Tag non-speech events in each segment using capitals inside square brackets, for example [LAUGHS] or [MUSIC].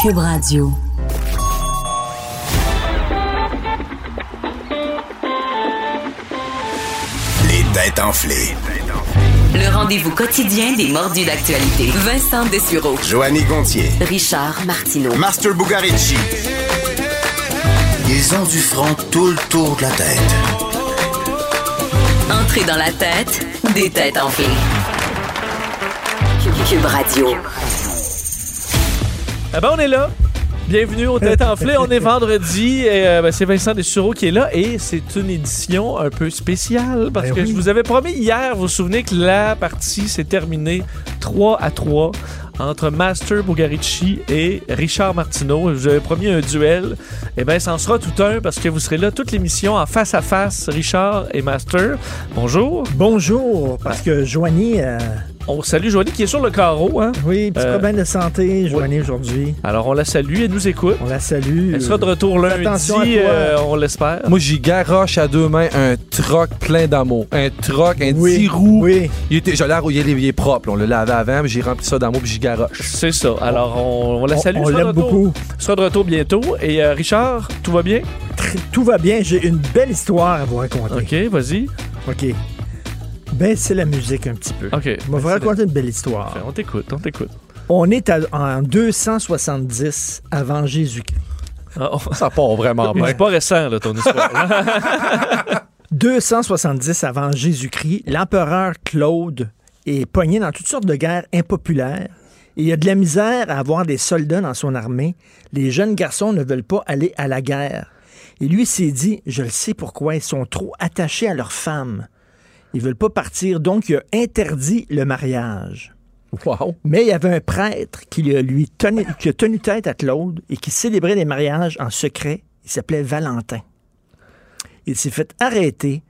Cube Radio. Les têtes enflées. Le rendez-vous quotidien des mordus d'actualité. Vincent Dessureau. Joanny Gontier. Richard Martineau. Master Bugarici. Ils ont du front tout le tour de la tête. Entrée dans la tête des têtes enflées. Cube- Cube Radio. Ah ben on est là. Bienvenue au Tête Enflée. On est vendredi et euh, ben, c'est Vincent Dessureau qui est là et c'est une édition un peu spéciale Ben parce que je vous avais promis hier, vous vous souvenez que la partie s'est terminée 3 à 3 entre Master Bugarici et Richard Martineau. Je vous avais promis un duel. Eh bien, ça en sera tout un parce que vous serez là toute l'émission en face à face, Richard et Master. Bonjour. Bonjour, parce que Joanie, euh, On salue Joanie qui est sur le carreau. Hein? oui, petit Euh, problème de santé, Joanie aujourd'hui. Alors, on la salue et nous écoute. On la salue. Elle sera de retour lundi, attention à toi. euh, on l'espère. Moi, j'y garoche à deux mains un troc plein d'amour. Un troc, un Oui, petit roux. oui. Il était, je l'ai arrouillé, il est- il est propre. là. On le lavait avant, puis j'ai rempli ça d'amour, puis j'y garoche. C'est ça. Alors, on, on la On- salue. on sera de l'aime retour- beaucoup. Sera de retour bientôt. Et euh, Richard, tout va bien? Tr- Tout va bien, j'ai une belle histoire à vous raconter. OK, vas-y. OK. Baissez la musique un petit peu. OK. Je vais vous raconter une belle histoire. On t'écoute, on t'écoute. On est à- en 270 avant Jésus-Christ. Ah, oh. Ça part [LAUGHS] vraiment bien. C'est pas récent, là, ton histoire. là. 270 avant Jésus-Christ, l'empereur Claude est pogné dans toutes sortes de guerres impopulaires. Et il y a de la misère à avoir des soldats dans son armée. Les jeunes garçons ne veulent pas aller à la guerre. Et lui s'est dit, je le sais pourquoi, ils sont trop attachés à leurs femmes. Ils veulent pas partir, donc il a interdit le mariage. Wow. Mais il y avait un prêtre qui lui a, lui tenu, qui a tenu tête à Claude et qui célébrait les mariages en secret. Il s'appelait Valentin. Il s'est fait arrêter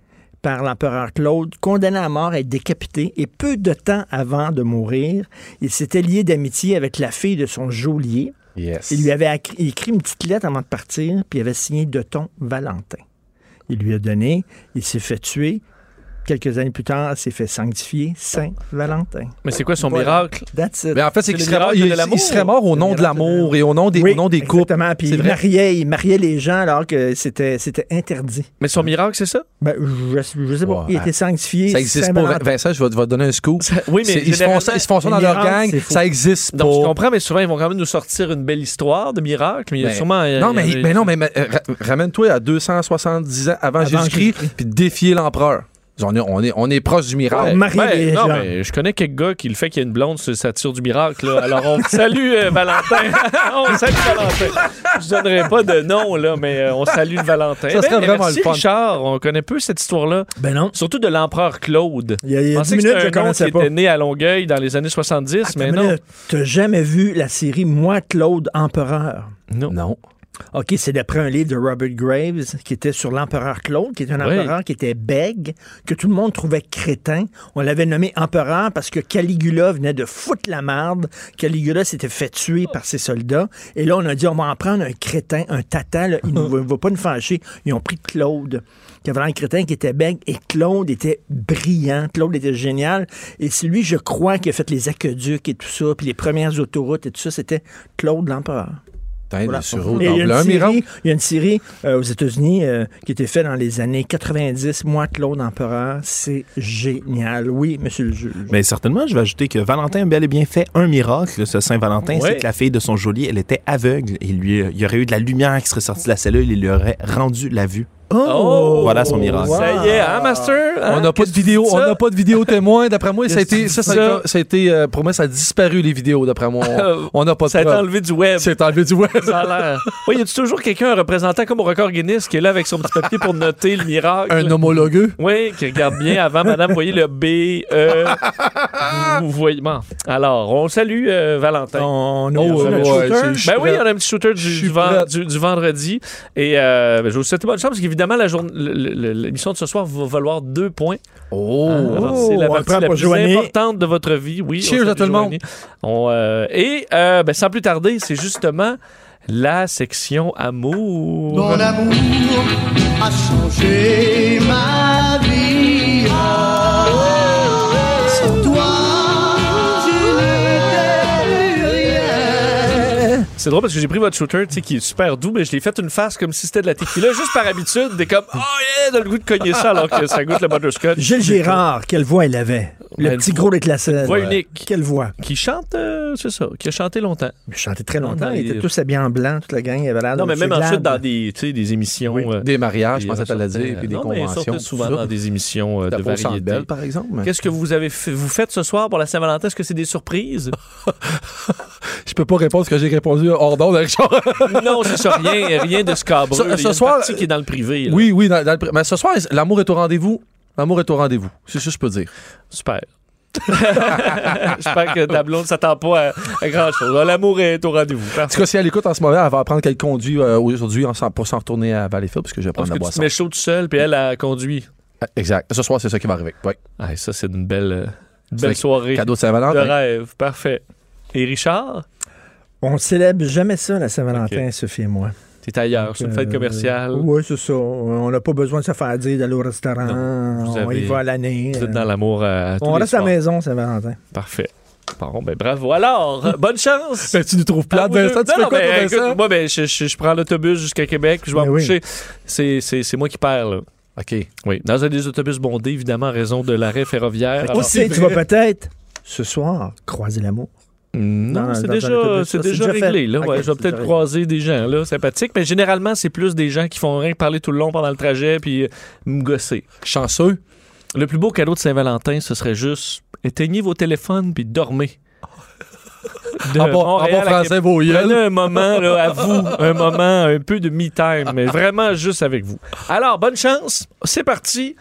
par l'empereur Claude, condamné à mort et décapité, et peu de temps avant de mourir, il s'était lié d'amitié avec la fille de son geôlier. Yes. Il lui avait acri- écrit une petite lettre avant de partir, puis il avait signé de ton Valentin. Il lui a donné, il s'est fait tuer. Quelques années plus tard, il s'est fait sanctifier Saint Valentin. [LAUGHS] Mais c'est quoi son Voilà. miracle? That's it. Mais en fait, C'est c'est qu'il le serait, mort- miracle de il- l'amour. il serait mort au nom de l'amour et au nom des, Oui, au nom [LAUGHS] des couples. exactement. Puis C'est il vrai. mariait, il mariait les gens alors que c'était, c'était interdit. Mais son miracle, c'est ça? Ben, je, je sais pas. Ouais. Il était sanctifié. Ça existe pas. Saint-Valentin. Vincent, je vais, je vais te donner un scoop. oui, mais C'est- ils, se font ça, ils se font ça dans leur généralement, gang. c'est faux. Ça existe pas. Donc, je comprends, mais souvent, ils vont quand même nous sortir une belle histoire de miracle. Mais il y a Mais- sûrement. euh, Ben, non, mais, il y a- mais non, mais, mais, euh, ra- ramène-toi à 270 ans avant, Jésus-Christ, puis défier l'empereur. On est, on, est, on est proche du miracle. Ouais. Marier Ben, les non, gens. mais je connais quelques gars qui le fait qu'il y a une blonde sur sa tire du miracle. là. Alors, on salue euh, Valentin. [LAUGHS] on salue Valentin. Je donnerai pas de nom, là, mais euh, on salue le Valentin. Ça serait Ben, vraiment merci, le fun. Richard, on connaît peu cette histoire-là. Ben non. Surtout de l'empereur Claude. Il y a, il y a Je 10 pensais que c'était minutes, je un nom qui connaissais pas. était né à Longueuil dans les années 70, mais Attends, non. là, T'as jamais vu la série Moi, Claude, empereur? non. Non. OK, c'est d'après un livre de Robert Graves qui était sur l'empereur Claude, qui est un Oui. empereur qui était bègue, que tout le monde trouvait crétin. On l'avait nommé empereur parce que Caligula venait de foutre la marde. Caligula s'était fait tuer par ses soldats. Et là, on a dit, on va en prendre un crétin, un tata, là, il ne va- va pas nous fâcher. Ils ont pris Claude, qui avait un crétin, qui était bègue. Et Claude était brillant. Claude était génial. Et c'est lui, je crois, qui a fait les aqueducs et tout ça, puis les premières autoroutes et tout ça. C'était Claude l'empereur. Putain, Voilà. le sureau, Et il, y a t'en une veux un série- miracle. il y a une série euh, aux États-Unis euh, qui était faite dans les années 90, Moi, Claude Empereur. C'est génial. Oui, monsieur le juge. Mais certainement, je vais ajouter que Valentin a bel et bien fait un miracle, ce Saint-Valentin, Ouais. c'est que la fille de son geôlier, elle était aveugle. Et lui, euh, il y aurait eu de la lumière qui serait sortie de la cellule, il lui aurait rendu la vue. Oh! Voilà son miracle. Ça y est, hein, Master? On Hein? n'a pas de vidéo, tu dis on ça? n'a pas de vidéo témoin. D'après moi, ça a Qu'est-ce que été, tu ça, dis ça a ça? été- ça a été, euh, pour moi, ça a disparu les vidéos. [LAUGHS] D'après moi, On- on n'a pas de. Ça a été preuves. enlevé du web. C'est enlevé du web. [LAUGHS] Ça a l'air. Oui, y a toujours quelqu'un, un représentant comme au record Guinness, qui est là avec son petit papier pour noter le miracle? Un homologueux. Oui, qui regarde bien avant, madame, voyez le B, [LAUGHS] E. Vous voyez. bon. Alors, on salue euh, Valentin. On a Oh, reçu notre ouais, shooter. c'est- je suis Ben oui, prêt. on a un petit shooter Je du, suis du ven- prêt. du- du vendredi. Et euh, ben, je vous souhaite bonne chance parce qu'évidemment, la jour- le- le- l'émission de ce soir va valoir deux points. Oh. Alors, c'est la on partie prend la pour plus Joanie. importante de votre vie. Oui, on Cheers salue à tout le monde. Joanie. On, euh, et euh, ben, sans plus tarder, c'est justement la section amour. Mon amour a changé ma vie. Oh! Sans toi, je n'étais plus rien. C'est drôle parce que j'ai pris votre shooter, tu sais, qui est super doux, mais je l'ai fait une face comme si c'était de la tequila, juste par habitude, des comme, oh yeah, dans le goût de cogner ça, alors que ça goûte le butterscotch. Gilles Gérard, quelle voix il avait. Le Ben, petit gros avec la selle. voix unique. Quelle voix. Qui chante, euh, c'est ça, qui a chanté longtemps. Il chantait très longtemps. Longtemps, Ils il- étaient tous habillés en blanc, toute la gang. Il avait l'air Non, de mais même Monsieur ensuite dans Glad. des, tu sais, des émissions. euh, Des mariages, je il pensais à la sortait- dire, puis des euh, non, mais il sortait conventions. souvent tout ça. dans des émissions euh, T'as de pas au Centre variété. Bell, par exemple. Qu'est-ce que vous avez fait, vous faites ce soir pour la Saint-Valentin? Est-ce que c'est des surprises? Je peux pas répondre ce que j'ai répondu hors d'onde, Richard. [LAUGHS] non, c'est ça, rien, rien de scabreux. Ce- Il y a ce une soir, partie qui est dans le privé. là. Oui, oui. dans- dans le pr- Mais ce soir, l'amour est au rendez-vous. L'amour est au rendez-vous. C'est ça que je peux dire. Super. [LAUGHS] J'espère que ta blonde s'attend pas à, grand-chose. L'amour est au rendez-vous. En tout cas, si elle écoute en ce moment, elle va apprendre qu'elle conduit euh, aujourd'hui en s'en- pour s'en retourner à Valleyfield, parce que je vais Parce prendre que la tu te boisson. mets chaud tout seul, puis elle a conduit. Ah, Exact. Ce soir, c'est ça qui va arriver. Ouais. Ah, ça, c'est une belle, euh, une belle vrai. soirée Cadeau de de Saint-Valentin. rêve. Parfait. Et Richard, On célèbre jamais ça, la Saint-Valentin, Sophie et moi. t'es ailleurs. C'est une fête Euh, commerciale. Oui, c'est ça. On n'a pas besoin de se faire dire d'aller au restaurant. vous on y avez- va à l'année. Vous êtes dans l'amour à, à tous euh, On les reste à la soirs. maison, Saint-Valentin. Parfait. Bon, ben bravo. Alors, [LAUGHS] euh, bonne chance! Ben, tu nous trouves Ah, plate, oui, Vincent? non, Tu fais non, quoi, ben, toi, écoute, Vincent? Moi, ben, je, je- je prends l'autobus jusqu'à Québec, puis je vais Mais me Ben oui. coucher. C'est- C'est c'est moi qui parle. là. OK. Oui, dans un des autobus bondés, évidemment, en raison de l'arrêt ferroviaire. Alors- Qui sait, tu vas peut-être, ce soir, croiser l'amour. Non, Dans- c'est dans un déjà, autobus, c'est ça, c'est déjà déjà fait. réglé. Là, Ok, ouais, je vais c'est déjà peut-être réglé. croiser des gens là, sympathiques, mais généralement, c'est plus des gens qui font rien que parler tout le long pendant le trajet puis euh, me gosser. Chanceux. Le plus beau cadeau de Saint-Valentin, ce serait juste éteignez vos téléphones puis dormez. [LAUGHS] De En Ah bon, en Montréal bon à français, vos yeux. Prenez un moment là, à vous, un moment un peu de me-time, mais vraiment juste avec vous. Alors, bonne chance, c'est parti.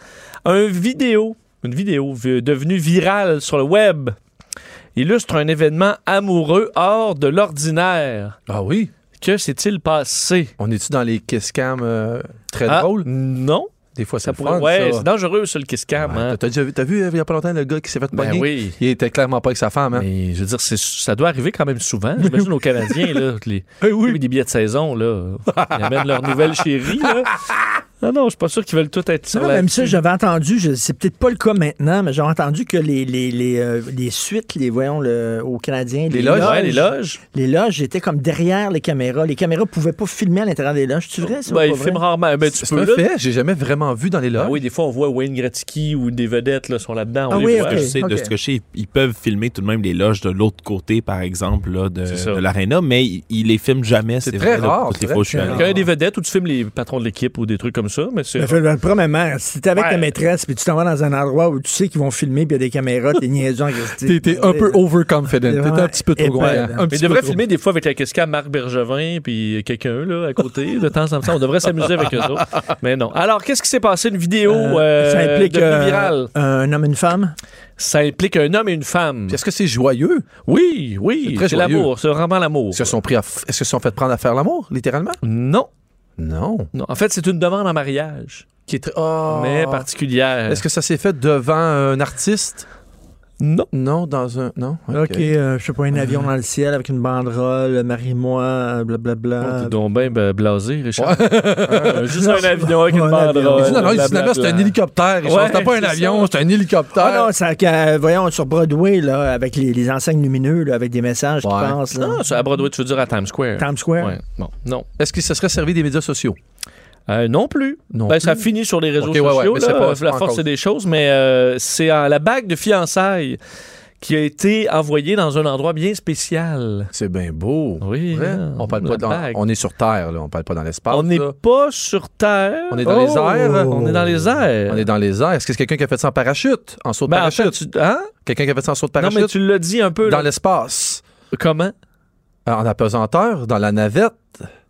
Un vidéo, une vidéo vi- devenue virale sur le web illustre un événement amoureux hors de l'ordinaire. Ah oui? Que s'est-il passé? On est-tu dans les kiss cam euh, très Ah, drôles? Non. Des fois, c'est Ça le pourrait, fun, ouais, ça. c'est dangereux sur le kiss cam. Ouais, hein. t'as- T'as déjà vu, t'as vu euh, il y a pas longtemps le gars qui s'est fait Ben pogner? oui. Il était clairement pas avec sa femme, hein? Mais je veux dire, c'est- ça doit arriver quand même souvent. J'imagine aux Canadiens, là, [LAUGHS] les, Eh oui. des billets de saison, là, ils amènent leur nouvelle chérie. Là. Ah Non, non, je suis pas sûr qu'ils veulent tout être sur Non, la- même ça, j'avais entendu, je- c'est peut-être pas le cas maintenant, mais j'avais entendu que les, les, les, euh, les suites, les voyons le, aux Canadiens, Les loges, Ouais, les loges. les loges étaient comme derrière les caméras. Les caméras pouvaient pas filmer à l'intérieur des loges. Tu vrai, ça, ou Ben, pas ils vrai? filment rarement. Ben, tu C'est peux, un là. fait, j'ai jamais vraiment vu dans les Ah loges. oui, des fois, on voit Wayne Gretzky ou des vedettes là, sont là-dedans. on hein? Ah les oui, voit. ok. Je sais, de ok. ce que je sais, ils peuvent filmer tout de même les loges de l'autre côté, par exemple, là, de, C'est ça. de l'aréna, mais ils, ils les filment jamais. C'est très vrai, là, rare, toutes les c'est fois où je suis très allé. Donc, un des vedettes où tu filmes les patrons de l'équipe ou des trucs comme ça. Mais c'est... Ben, fait- ben, Premièrement, si t'es avec Ouais. ta maîtresse puis tu t'en vas dans un endroit où tu sais qu'ils vont filmer puis il y a des caméras, [LAUGHS] t'es niaisant. T'es t'es un Euh, peu overconfident. C'est T'es vraiment un petit peu trop épais, grand. là. Un Mais petit il devrait peu trop. filmer des fois avec la cascade Marc Bergevin puis quelqu'un là à côté de temps en temps. On devrait s'amuser avec eux autres. Mais non. Alors, qu'est-ce qui s'est passé? Une vidéo euh, ça implique devenue euh, virale. un homme et une femme. Ça implique un homme et une femme. Est-ce que c'est joyeux? Oui, oui, C'est très c'est joyeux. l'amour, c'est vraiment l'amour. Est-ce qu'ils se sont pris à f- est-ce qu'ils se sont fait prendre à faire l'amour, littéralement? Non, Non. non. En fait, c'est une demande en mariage, Qui est très- Ah. mais particulière. Est-ce que ça s'est fait devant un artiste? non? Non, dans un. Non? OK, euh, je sais pas, un avion dans le ciel avec une banderole, marie-moi, euh, T'es blablabla. donc bien ben, blasé, Richard. [LAUGHS] Hein, juste [LAUGHS] un avion avec Un une avion. banderole. Il dit, non, non, il dit, blablabla. finalement, c'est un hélicoptère. Richard. Ouais, C'était pas un c'est avion, c'était un Ah hélicoptère. non, ça, quand- voyons, sur Broadway, là, avec les, les enseignes lumineuses, là, avec des messages Ouais. qui passent. Là. Non, Ah, c'est à Broadway, tu veux dire à Times Square. Times Square. Ouais, bon, non. Est-ce qu'il se serait servi des médias sociaux? Euh, non plus. Non Ben, plus. ça finit sur les réseaux Ok, ouais, ouais, sociaux. mais là. c'est pas- c'est la pas force, encore. c'est des choses, mais euh, c'est euh, la bague de fiançailles qui a été envoyée dans un endroit bien spécial. C'est bien beau. Oui, Ouais. hein, On parle la pas dans- bague. On est sur Terre, là. On parle pas dans l'espace. on n'est là. pas sur Terre. Oh! On est dans les airs. On est dans les airs. On est dans les airs. Est-ce que c'est quelqu'un qui a fait ça en parachute? En saut Euh. de Ben, en parachute? fait, tu- hein? Quelqu'un qui a fait ça en saut de Non, parachute? mais tu l'as dit un peu. Dans là. l'espace? Euh, Comment? En apesanteur? Dans la navette?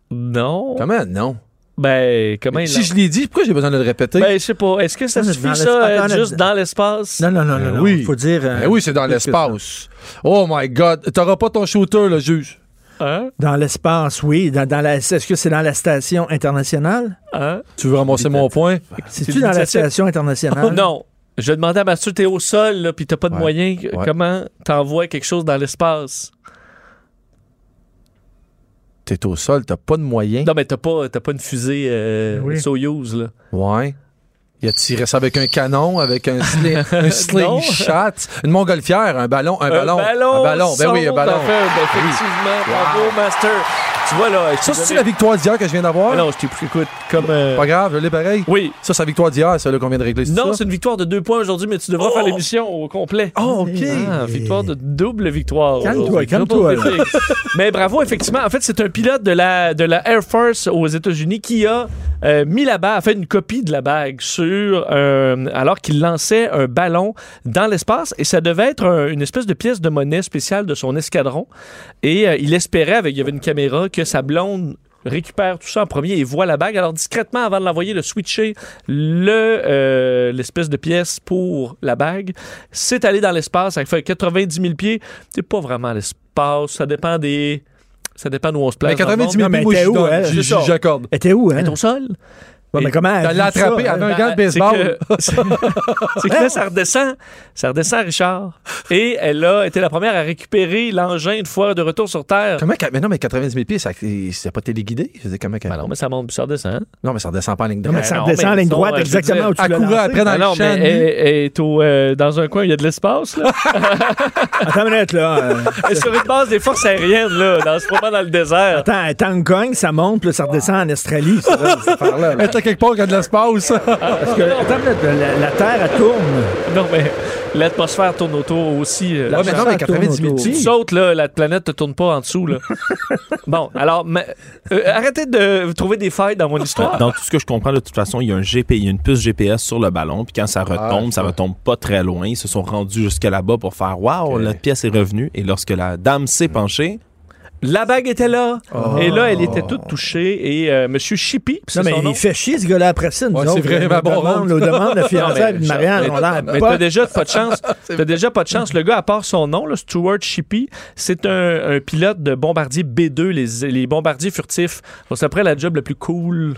Non. Comment? Non. Ben, comment il si l'a- je l'ai dit, pourquoi j'ai besoin de le répéter? Ben, je sais pas. Est-ce que ça Dans suffit, l'espace. ça, Attends, être là, juste dis- dans l'espace? Non, non, non, non. non. oui. Faut dire. euh, Ben oui, c'est dans plus que l'espace. Oh my God. T'auras pas ton shooter, le juge. Hein? Dans l'espace, oui. Dans, dans la, est-ce que c'est dans la station internationale? Hein? Tu veux ramasser mon point? C'est-tu dans la l'initiative. station internationale? Oh, [LAUGHS] Non. Je demandais à Mathieu, t'es au sol, là, pis t'as pas de Hein? Ouais. moyens. Ouais. Comment t'envoies quelque chose dans l'espace? T'es au sol, t'as pas de moyen. Non, mais t'as pas, t'as pas une fusée euh, Oui. Soyuz, là. Ouais. Il a tiré ça avec un canon, avec un, [LAUGHS] sling, un slingshot, une montgolfière, un ballon, un ballon. Un ballon, un ballon. Ben oui, un sonde, ballon. enfin, ben, effectivement, bravo, Master. tu vois, là. je Ça, suis c'est la désolé. victoire d'hier que je viens d'avoir? Ah Non, je t'ai pris, écoute, comme. euh, Pas grave, je l'ai pareil. Oui. Ça, c'est la victoire d'hier, celle qu'on vient de régler. c'est Non, ça? c'est une victoire de deux points aujourd'hui, mais tu devras faire l'émission au complet. Oh, OK. Ah, victoire de double victoire. Calme-toi, aujourd'hui. calme-toi, Double victoire. [LAUGHS] Mais bravo, effectivement. En fait, c'est un pilote de la, de la Air Force aux États-Unis qui a euh, mis la bague, a fait une copie de la bague sur, euh, alors qu'il lançait un ballon dans l'espace et ça devait être un- une espèce de pièce de monnaie spéciale de son escadron. Et euh, il espérait, avec, il y avait une caméra, que sa blonde récupère tout ça en premier et voit la bague. Alors discrètement, avant de l'envoyer, de switcher le euh, l'espèce de pièce pour la bague. C'est allé dans l'espace, ça fait 90 000 pieds. C'est pas vraiment l'espace, ça dépend des... Ça dépend d'où on se place. Mais dans le 90 Non, 000 mais moi, t'es je où, donne. elle? J- C'est ça. J'accorde. Elle était où, hein? monde. Au sol? Ouais, mais comment elle Elle l'a vit ça, hein? attrapé elle? avec Ben, un gant de c'est baseball. [LAUGHS] que- C'est c'est que là, ça redescend. Ça redescend, Richard. Et elle a été la première à récupérer l'engin une fois de retour sur Terre. Comment qu'elle- Mais non, mais 90 000 pieds, ça- c'est pas téléguidé. Je veux dire, comment qu'elle- Ben non, mais ça monte puis ça redescend. non, mais ça redescend pas en ligne Non, mais droite. ça non, redescend mais en ligne disons, droite euh, je veux exactement dire, où tu Elle l'as courait lancé. Ben après dans Ah non, le mais champ. elle, nu. elle est au, euh, dans un coin où il y a de l'espace. là. Attends une minute, là. euh, Elle est sur une base des forces aériennes, là, dans ce moment dans le désert. Attends, elle est à Hong Kong, ça monte, puis là, ça redescend en Australie. ça, là, cette affaire-là, Elle là. était quelque part qui a [LAUGHS] de l'espace. Parce que, attends une minute, la, la Terre, elle tourne. Non, mais l'atmosphère tourne autour aussi. euh, Ouais, mais non, mais 90 000 Tu pieds. sautes, là, la planète te tourne pas en dessous. [LAUGHS] Là. bon, alors, mais, euh, arrêtez de trouver des failles dans mon Ah, histoire. euh, Dans tout ce que je comprends, de toute façon, il y a un GP, il y a une puce GPS sur le ballon, puis quand ça Ah, retombe, ça retombe pas très loin. Ils se sont rendus jusque là-bas pour faire Waouh, notre pièce est revenue. Et lorsque la dame s'est Mm. penchée, La bague était là. Et là, elle était toute touchée. Et euh, Monsieur Chippy, puis Oh. Non, c'est mais son nom. il fait chier, ce gars-là, après ça. nous Ouais, autres, c'est vrai, on ma nous baronne. demande- On nous demande la fiançailles de Marianne, on l'a Mais pas. t'as déjà [LAUGHS] pas de chance. T'as déjà pas de chance. Le gars, à part son nom, là, Stuart Shippey, c'est un, un pilote de bombardier B2, les, les bombardiers furtifs. Donc, c'est après la job la plus cool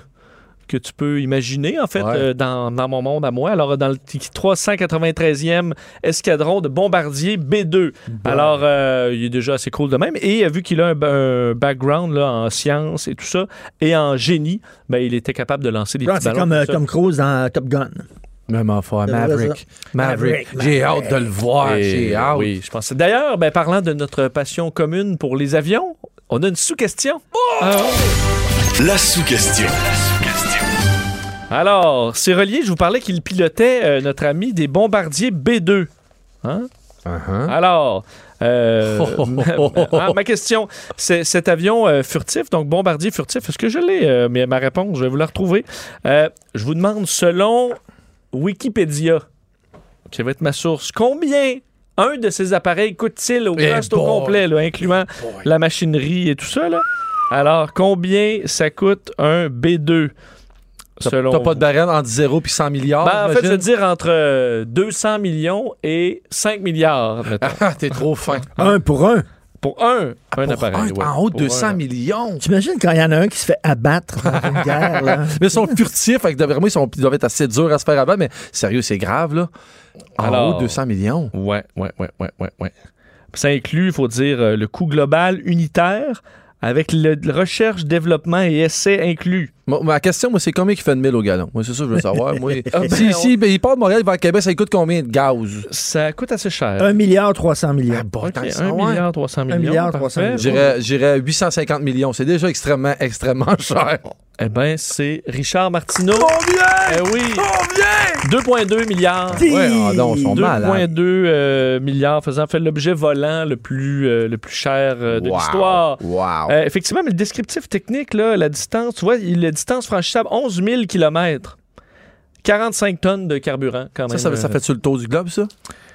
que tu peux imaginer, en fait, Ouais. euh, dans, dans mon monde à moi. Alors, dans le t- 393e escadron de bombardiers B2. Alors, euh, il est déjà assez cool de même. Et euh, vu qu'il a un, ba- un background là, en sciences et tout ça, et en génie, ben, il était capable de lancer des Genre, petits C'est ballons. comme comme euh, ça. Tom Cruise dans Top Gun. Même enfant, C'est vrai, Maverick. Maverick. J'ai hâte de le voir. Et- J'ai hâte. Eh Oui, je pense. D'ailleurs, ben, parlant de notre passion commune pour les avions, on a une sous-question. Ah ouais. La sous-question. Alors, c'est relié, je vous parlais qu'il pilotait euh, notre ami des bombardiers B2. Hein? Uh-huh. Alors, euh, [LAUGHS] ma, ma question, c'est cet avion euh, furtif, donc bombardier furtif, est-ce que je l'ai? euh, mais ma réponse, je vais vous la retrouver. Euh, je vous demande, selon Wikipédia, qui va être ma source, combien un de ces appareils coûte-t-il au Eh cost au boy. Eh complet, là, incluant la machinerie et tout ça? là? Alors, combien ça coûte un B2? T'as selon t'as pas vous? de barème entre 0 puis 100 milliards. Ben, en fait, je veux j'imagine? dire entre euh, 200 millions et 5 milliards. mettons. [LAUGHS] Ah, t'es trop fin. Un pour un. Pour un, un Ah, Pour appareil. un, ouais. En haut de Pour 200 un. millions. T'imagines quand il y en a un qui se fait abattre dans [LAUGHS] une guerre, là? Mais [LAUGHS] ils sont furtifs. Fait que d'après moi, ils, sont- ils doivent être assez durs à se faire abattre. Mais sérieux, c'est grave, là. En Alors- haut de 200 millions. Ouais, ouais, ouais, ouais, ouais, ouais. Ça inclut, il faut dire, euh, le coût global unitaire avec le le recherche, développement et essai inclus. Ma, ma question, moi, c'est combien il fait de mille au galon? Moi, c'est ça, que je veux savoir. [LAUGHS] Moi, ben, si, on- si, ben, il part de Montréal vers Québec, ça coûte combien de gaz? Ça coûte assez cher. Un milliard trois cents millions. Ah, bon, Ok, tant que ça, 1 ouais. milliard 300 millions. Un milliard 300 parfait. millions. J'irais j'irais 850 millions. C'est déjà extrêmement, [LAUGHS] extrêmement cher. Eh bien, c'est Richard Martineau. Eh oui. 2,2 milliards. Ouais, ah non, ils sont malades. 2,2 euh, milliards faisant fait l'objet volant le plus, euh, le plus cher euh, de Wow. l'histoire. Wow. Euh, effectivement, mais le descriptif technique, là, la distance, tu vois, il- la distance franchissable, 11 000 km. 45 tonnes de carburant, quand ça, même. ça, ça Euh, fait-tu le tour du globe, ça?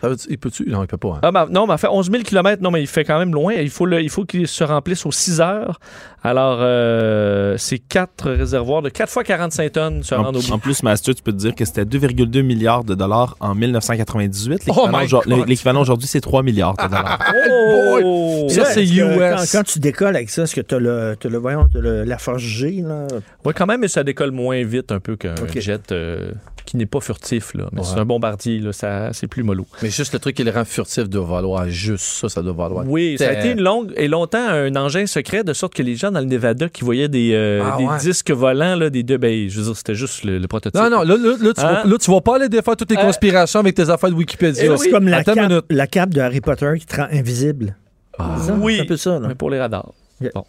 Ça veut-tu- il peut-tu? Non, il peut pas. hein. Ah, ben, non, mais en fait, 11 000 km, non, mais il fait quand même loin. Il faut, le- il faut qu'il se remplisse aux 6 heures. Alors, euh, c'est 4 réservoirs de 4 fois 45 tonnes se Ah, en, rendent au bout. en plus, Master, tu peux te dire que c'était 2,2 milliards de dollars en 1998. Oh L'équivalent my aujourd- God. L'équivalent aujourd'hui, c'est 3 milliards de dollars. [LAUGHS] Oh! Ça, Ouais, c'est est-ce que US. Quand, quand tu décolles avec ça, est-ce que t'as le, t'as le, voyons, t'as le- la force G, là? Oui, quand même, mais ça décolle moins vite un peu qu'un Ok. jet euh, qui n'est pas furtif. Là. Mais c'est un bombardier, là, ça, c'est plus mollo. Mais juste le truc qui le rend furtif doit valoir juste ça, ça doit valoir. Oui, ça a Ah, T'es- été une longue et longtemps un engin secret, de sorte que les gens dans le Nevada qui voyaient des, euh, Ah des ouais. disques volants, là, des deux, ben, je veux dire, c'était juste le, le prototype. Non, non, là, là, là, tu, Hein? Eh vas, là, tu vas pas aller défaire toutes tes Euh, conspirations avec tes affaires de Ça, Wikipédia. c'est comme la Eh Attends une cape, minute. la cape de Harry Potter qui te rend invisible. C'est ça? Oui. C'est un peu ça, là. Mais pour les radars. Yeah. Bon.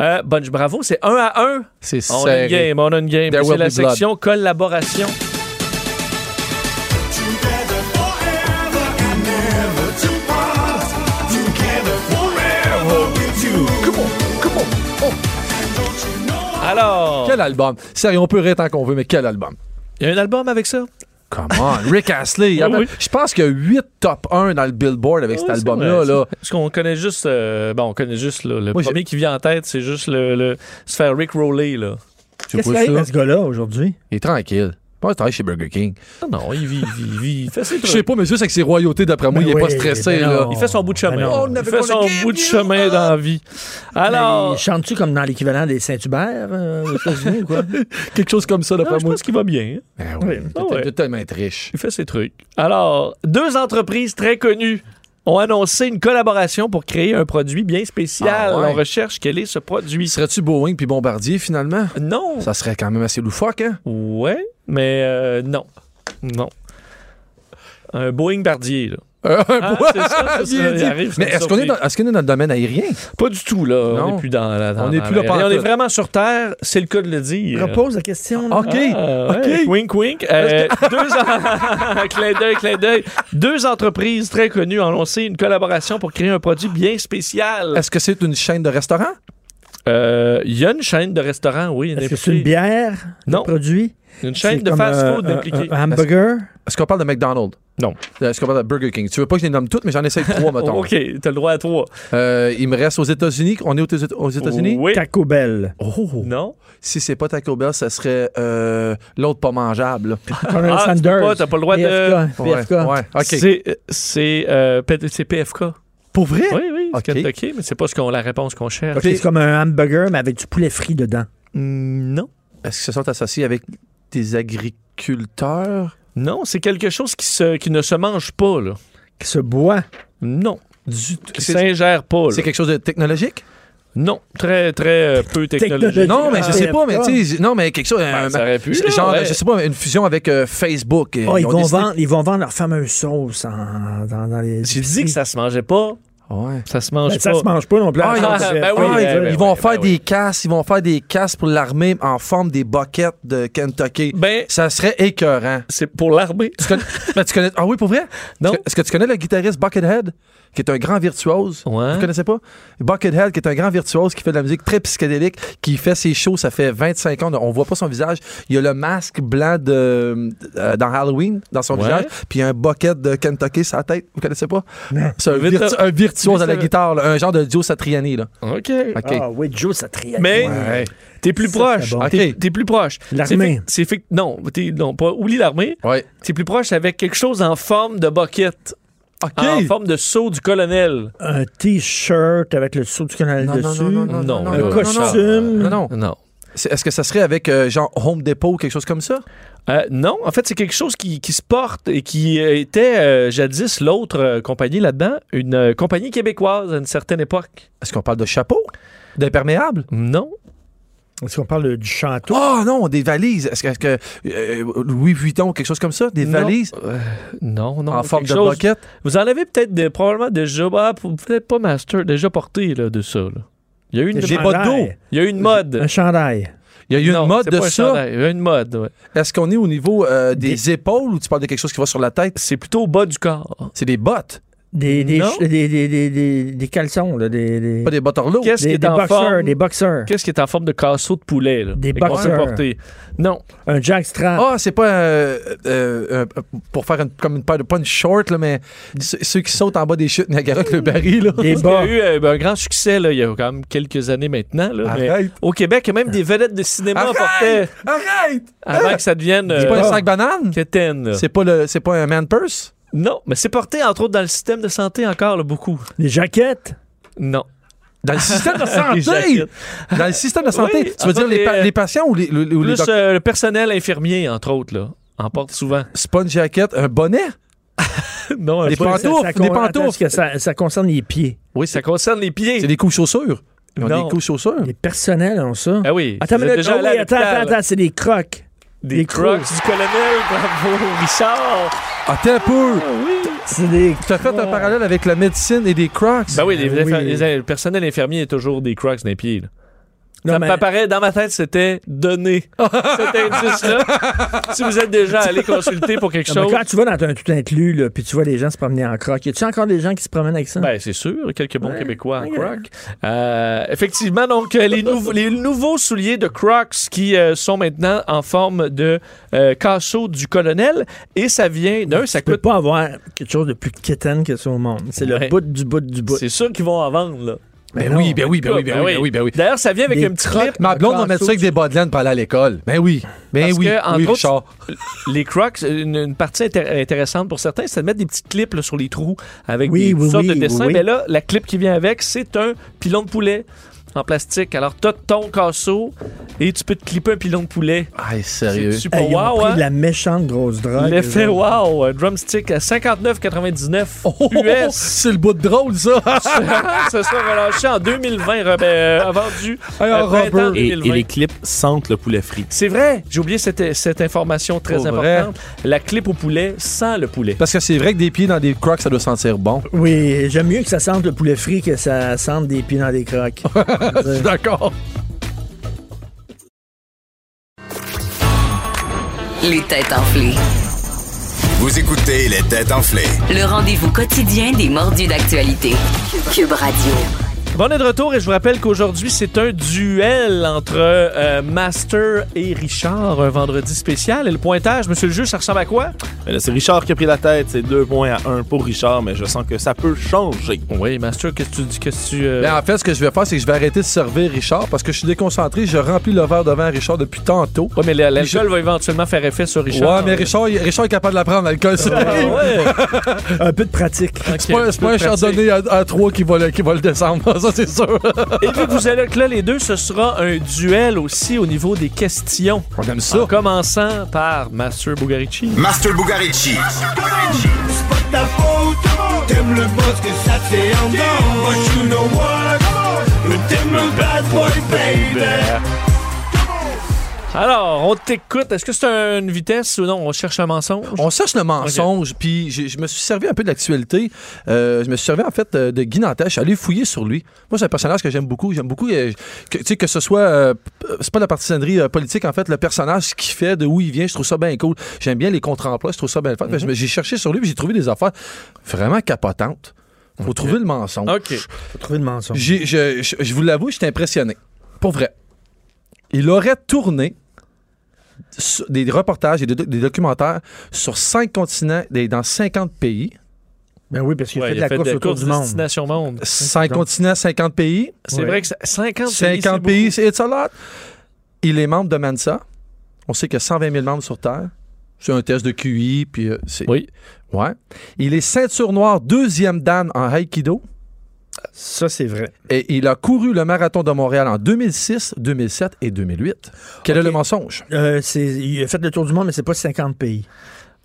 Euh, Bunch Bravo, c'est 1 à 1. C'est On a une serré. game, on a une game. There C'est will la be blood. section collaboration. Alors, Quel album. Sérieux, on peut rire tant qu'on veut, mais quel album. il y a un album avec ça? Come on, Rick Astley. [LAUGHS] Oui, oui. Je pense qu'il y a 8 top 1 dans le Billboard avec cet Oui, c'est album-là. vrai, Là. c'est- Parce qu'on connaît juste. euh, bon, on connaît juste. là, le Moi, j'ai- premier qui vient en tête, c'est juste le, le- se faire Rick Rowley. Là. Tu Qu'est-ce vois qu'il arrive ça? à ce gars-là aujourd'hui? Il est tranquille. Je pense qu'il travaille chez Burger King. Non, non, il vit, il vit, il vit. Il fait ses [LAUGHS] Je sais trucs. pas, monsieur, c'est que ses royautés, d'après moi, Ben il est pas oui, stressé. ben là. non. Il fait son bout de Ben chemin. non. il fait son bout de chemin dans la vie. Alors, Mais Chantes-tu comme dans l'équivalent des Saint-Hubert euh, aux États-Unis [LAUGHS] ou quoi? Quelque chose comme ça, non, d'après je moi. pense qu'il va bien. hein. Ben oui, il Ah doit- ouais. il doit tellement être riche. Il fait ses trucs. Alors, deux entreprises très connues ont annoncé une collaboration pour créer un produit bien spécial. Ah ouais. On recherche quel est ce produit. Serais-tu Boeing puis Bombardier, finalement? Non. Ça serait quand même assez loufoque, hein? Ouais, mais euh, non. Non. Un Boeing Bardier, là. Euh, Ah, ouais, c'est [LAUGHS] ça, c'est ça, bien il dit. arrive, c'est Mais une est-ce qu'on est, surprise. dans- est-ce qu'on est dans le domaine aérien? Pas du tout, là. On Non. n'est plus dans la. dans- On n'est dans plus là l'aérien. On pantoute. est vraiment sur Terre, c'est le cas de le dire. Repose la question. là. OK. Ah, OK. ouais. Wink, wink. Euh, [LAUGHS] deux en- [LAUGHS] clin d'œil, clin d'œil. Deux entreprises très connues ont lancé une collaboration pour créer un produit bien spécial. Est-ce que c'est une chaîne de restaurants? Euh, Il y a une chaîne de restaurants, oui. Est-ce que impliquée. c'est une bière? Ah, Non. Un produit? Une C'est chaîne de comme, fast-food euh, un- impliquée. Un, hamburger? Est-ce qu'on parle de McDonald's? Non. Euh, Est-ce qu'on parle de Burger King? Tu veux pas que je les nomme toutes, mais j'en essaye [LAUGHS] trois, mettons. OK, t'as le droit à trois. Euh, il me reste aux États-Unis. On est aux Éta- aux États-Unis? Oui. Taco Bell. Oh! Non. Si c'est pas Taco Bell, ça serait euh, l'autre pas [LAUGHS] mangeable. là. Colonel Ah, tu peux Sanders. pas, t'as pas le droit de- PFK, Ouais, PFK. ouais. OK. C'est, c'est, euh, P- c'est PFK. Pour vrai? Oui, oui, OK. c'est Kentucky, mais c'est pas ce qu'on, la réponse qu'on cherche. Ok, C'est comme un hamburger, mais avec du poulet frit dedans. Mm, Non. Est-ce qu'ils se sont associés avec des agriculteurs? Non, c'est quelque chose qui, se, qui ne se mange pas, là. Qui se boit. Non. Du tout. Qui C'est- s'ingère pas, là. C'est quelque chose de technologique? Non. Très, très euh, peu technologique. Technologique. Non, mais Ah, je sais Euh, pas, mais PFK. tu sais, non, mais quelque chose. Ben, euh, ça aurait pu, là, genre, ouais. je sais pas, une fusion avec euh, Facebook. Oh, ils, ont vont décidé- vendre, ils vont vendre leur fameuse sauce en- dans, dans les. J'ai dit que ça se mangeait pas. Ah, Ouais. Ça se mange Ben, ça pas. se mange pas non plus. Ah, la ils sauce vont- de ben PFK. Ah, oui, ils, ben, ils ben, vont ben, faire ben, des casses, ils vont faire des casses pour l'armée en forme des boquettes de Kentucky. Ben, Ça serait écœurant. c'est pour l'armée. Tu connais- [LAUGHS] Ben, tu connais- Ah oui, pour vrai? Non. Est-ce que tu connais le guitariste Buckethead, qui est un grand virtuose? Ouais. Vous connaissez pas? Buckethead, qui est un grand virtuose, qui fait de la musique très psychédélique, qui fait ses shows, ça fait 25 ans, on voit pas son visage. Il a le masque blanc de, euh, dans Halloween, dans son Ouais. visage, puis il y a un bucket de Kentucky sur la tête. Vous connaissez pas? C'est un, Vite, virtu- là. un virtuose à la Vite, là. guitare, là, un genre de Joe Satriani. Là. OK. OK. Ah oui, Joe, ça triait. Mais t'es plus Ça, proche. c'est bon. T'es, OK. t'es plus proche. L'armée. C'est fait, c'est fait- non, t'es, non, pas, oublie l'armée. Ouais. T'es plus proche avec quelque chose en forme de bucket. OK. Ah, En forme de seau du colonel. Un T-shirt avec le sou du canal Non, non, dessus. non, non, non, Non, non, un non, non, costume. non, non. Non. C'est- Est-ce que ça serait avec euh, genre Home Depot ou quelque chose comme ça? Euh, non, en fait, c'est quelque chose qui, qui se porte et qui euh, était euh, jadis l'autre euh, compagnie là-dedans, une euh, compagnie québécoise à une certaine époque. Est-ce qu'on parle de chapeau? D'imperméable? Non. Est-ce qu'on parle du château? Oh Ah, non, des valises. Est-ce que, est-ce que, euh, Louis Vuitton ou quelque chose comme ça? Des Non. valises Non, non. en forme quelque de chose- bucket? Vous en avez peut-être des- probablement déjà, ah, p- peut-être pas master, déjà porté là, de ça. là. Il y a eu une, J'ai il pas d'eau. y a eu une Un mode. chandail. Il y a eu Non, une mode c'est de pas un ça. chandail, Il y a eu une mode, ouais. Est-ce qu'on est au niveau euh, des, épaules ou tu parles de quelque chose qui va sur la tête? C'est plutôt au bas du corps. C'est des bottes, Des, des, Non. ch- des, des, des, des, des caleçons, là, des, des, pas des bottes orlots. Qu'est-ce qui des, est des en boxeurs, forme? des boxeurs. Qu'est-ce qui est en forme de casseau de poulet? Là, Des et qu'on peut boxeurs. porter? Non. Un jackstrap. Ah, c'est pas euh, euh, euh, pour faire une- comme une paire de pas une short là, mais ceux ceux qui sautent en bas des chutes Niagara avec le baril là. des Il y a bas. eu euh, un grand succès là, il y a quand même quelques années maintenant. là, mais Arrête. au Québec, même des vedettes de cinéma Arrête! portaient Arrête! avant que ça devienne C'est pas un euh, sac banane? quétaine, là. C'est pas le, c'est pas un man purse? Non, mais c'est porté entre autres dans le système de santé encore là, beaucoup. Des jaquettes. Non. Dans le [LAUGHS] système de Les santé! jaquettes. Dans le système de santé! Oui, tu veux enfin, dire les, pa- les- les patients ou les, ou les- ou les Plus docteurs? euh, le personnel infirmier entre autres là, en porte souvent. Sponge jacket, un bonnet? [LAUGHS] non, Des pas- pantoufles, des con- pantoufles. attends, parce que ça, ça concerne les pieds. Oui, ça concerne les C'est pieds. des coups chaussures. Ils ont Non. des coups chaussures. Les personnels ont ça. Ah oui. Attends, vous mais êtes déjà allé à attends, l'hôpital. attends, attends, c'est des crocs. Des des crocs [LAUGHS] crocs. du colonel, bravo Richard. Attends un peu! C'est des. Tu as fait un parallèle avec la médecine et des crocs. Ben oui, les, Ben oui. les- les- le personnel infirmier est toujours des crocs dans les pieds. là. Non, ça mais- me paraît, dans ma tête, c'était [LAUGHS] donné. Cet indice-là. si vous êtes déjà allé consulter pour quelque Non, mais chose. quand tu vas dans un tout inclus, là, puis tu vois les gens se promener en croque, y a-tu encore des gens qui se promènent avec ça? Ben, c'est sûr, quelques bons Québécois en Crocs. Euh, effectivement, donc, euh, les, nou- les nouveaux souliers de Crocs qui euh, sont maintenant en forme de euh, casseau du colonel. Et ça vient d'un, ça tu peux coûte. pas avoir quelque chose de plus kitten que ça au monde. C'est le Ouais. bout du bout du bout. C'est sûr qu'ils vont en vendre, là. Ben oui, ben oui, ben oui, ben Ben oui, ben oui, ben oui. D'ailleurs, ça vient avec Ah Des une petite crocs. clip. Ma blonde va mettre ça avec des bas de laine pour aller à l'école. Ben oui, ben Parce oui, que, entre oui, autres, Richard. Les Crocs, euh, une, une partie intér- intéressante pour certains, c'est de mettre des petites clips là, sur les trous avec des Oui, oui, sortes oui, de dessins. oui, oui. Mais là, la clip qui vient avec, c'est un pilon de poulet en plastique. Alors, t'as ton casseau et tu peux te clipper un pilon de poulet. Aïe, C'est sérieux. super Hey, Euh, ils ont wow, pris hein? de la méchante grosse drogue. L'effet eux autres. wow, un drumstick à 59,99 Oh, US. [LAUGHS] c'est le bout de drôle, ça! [LAUGHS] Ce sera relâché en 2020, Robert, euh, [LAUGHS] vendu Hey, euh, un rubber. printemps Et, et 2020. les clips sentent le poulet frit. C'est vrai, j'ai oublié cette, cette information très Pour vrai. importante. La clip au poulet sans le poulet. Parce que c'est vrai que des pieds dans des crocs, ça doit sentir bon. Oui, j'aime mieux que ça sente le poulet frit que ça sente des pieds dans des croques. Je suis d'accord. Les têtes enflées. Vous écoutez les têtes enflées. Le rendez-vous quotidien des mordus d'actualité. Cube Radio. Bon, on est de retour et je vous rappelle qu'aujourd'hui, c'est un duel entre euh, Master et Richard, un vendredi spécial. Et le pointage, monsieur le juge, ça ressemble à quoi? Mais là, c'est Richard qui a pris la tête. C'est deux points à un pour Richard, mais je sens que ça peut changer. Oui, Master, qu'est-ce que tu dis? Qu'est-ce que tu. euh, Ben, en fait, ce que je vais faire, c'est que je vais arrêter de servir Richard parce que je suis déconcentré. Je remplis le verre devant Richard depuis tantôt. Ouais, mais la- Richard- l'alcool va éventuellement faire effet sur Richard. ouais, mais Richard, il- Richard est capable de la prendre, l'alcool. [LAUGHS] C'est Ah pas- ouais. Un peu de pratique. c'est pas, un chardonnay à, à trois qui va le, qui va le descendre, [LAUGHS] ça c'est sûr. Et vu que vous allez être là, les deux, ce sera un duel aussi au niveau des questions. On aime En commençant par Master Bugarici. Master Bugarici. ta faute. T'aimes le boss que ça te fait en dedans. But you know what? T'aimes le bad boy, baby. Alors, on t'écoute. Est-ce que c'est une vitesse ou non? On cherche un mensonge? On cherche le mensonge, puis j'ai- je me suis servi un peu de l'actualité. Euh, je me suis servi en fait euh, de Guy Nantel. Je suis allé fouiller sur lui. Moi, c'est un personnage que j'aime beaucoup. J'aime beaucoup euh, que, tu sais, que ce soit. euh, p- euh, c'est pas la partisanerie euh, politique, en fait. Le personnage qui fait, de où il vient, je trouve ça bien cool. J'aime bien les contre-emplois, je trouve ça bien le fun. Fait que je me- J'ai cherché sur lui, puis j'ai trouvé des affaires vraiment capotantes. Faut trouver le mensonge. OK. Faut trouver de mensonge. J'ai- je, je- je vous l'avoue, j'étais impressionné. Pour vrai. Il aurait tourné sur- des reportages et des, doc- des documentaires sur cinq continents, des- dans 50 pays. Ben oui, parce qu'il Ouais, fait de il a la course de autour du monde. Destination Monde. Cinq donc. continents, 50 pays. C'est Ouais. vrai que ça- 50 pays. 50 pays, c'est it's a lot. Il est membre de MANSA. On sait qu'il y a 120 000 membres sur Terre. C'est un test de QI, puis euh, c'est... Oui. Ouais. Il est ceinture noire, deuxième dan en Aikido. Ça, c'est vrai. Et il a couru le marathon de Montréal en 2006, 2007 et 2008. Quel est le mensonge? Euh, c'est- il a fait le tour du monde, mais c'est pas 50 pays.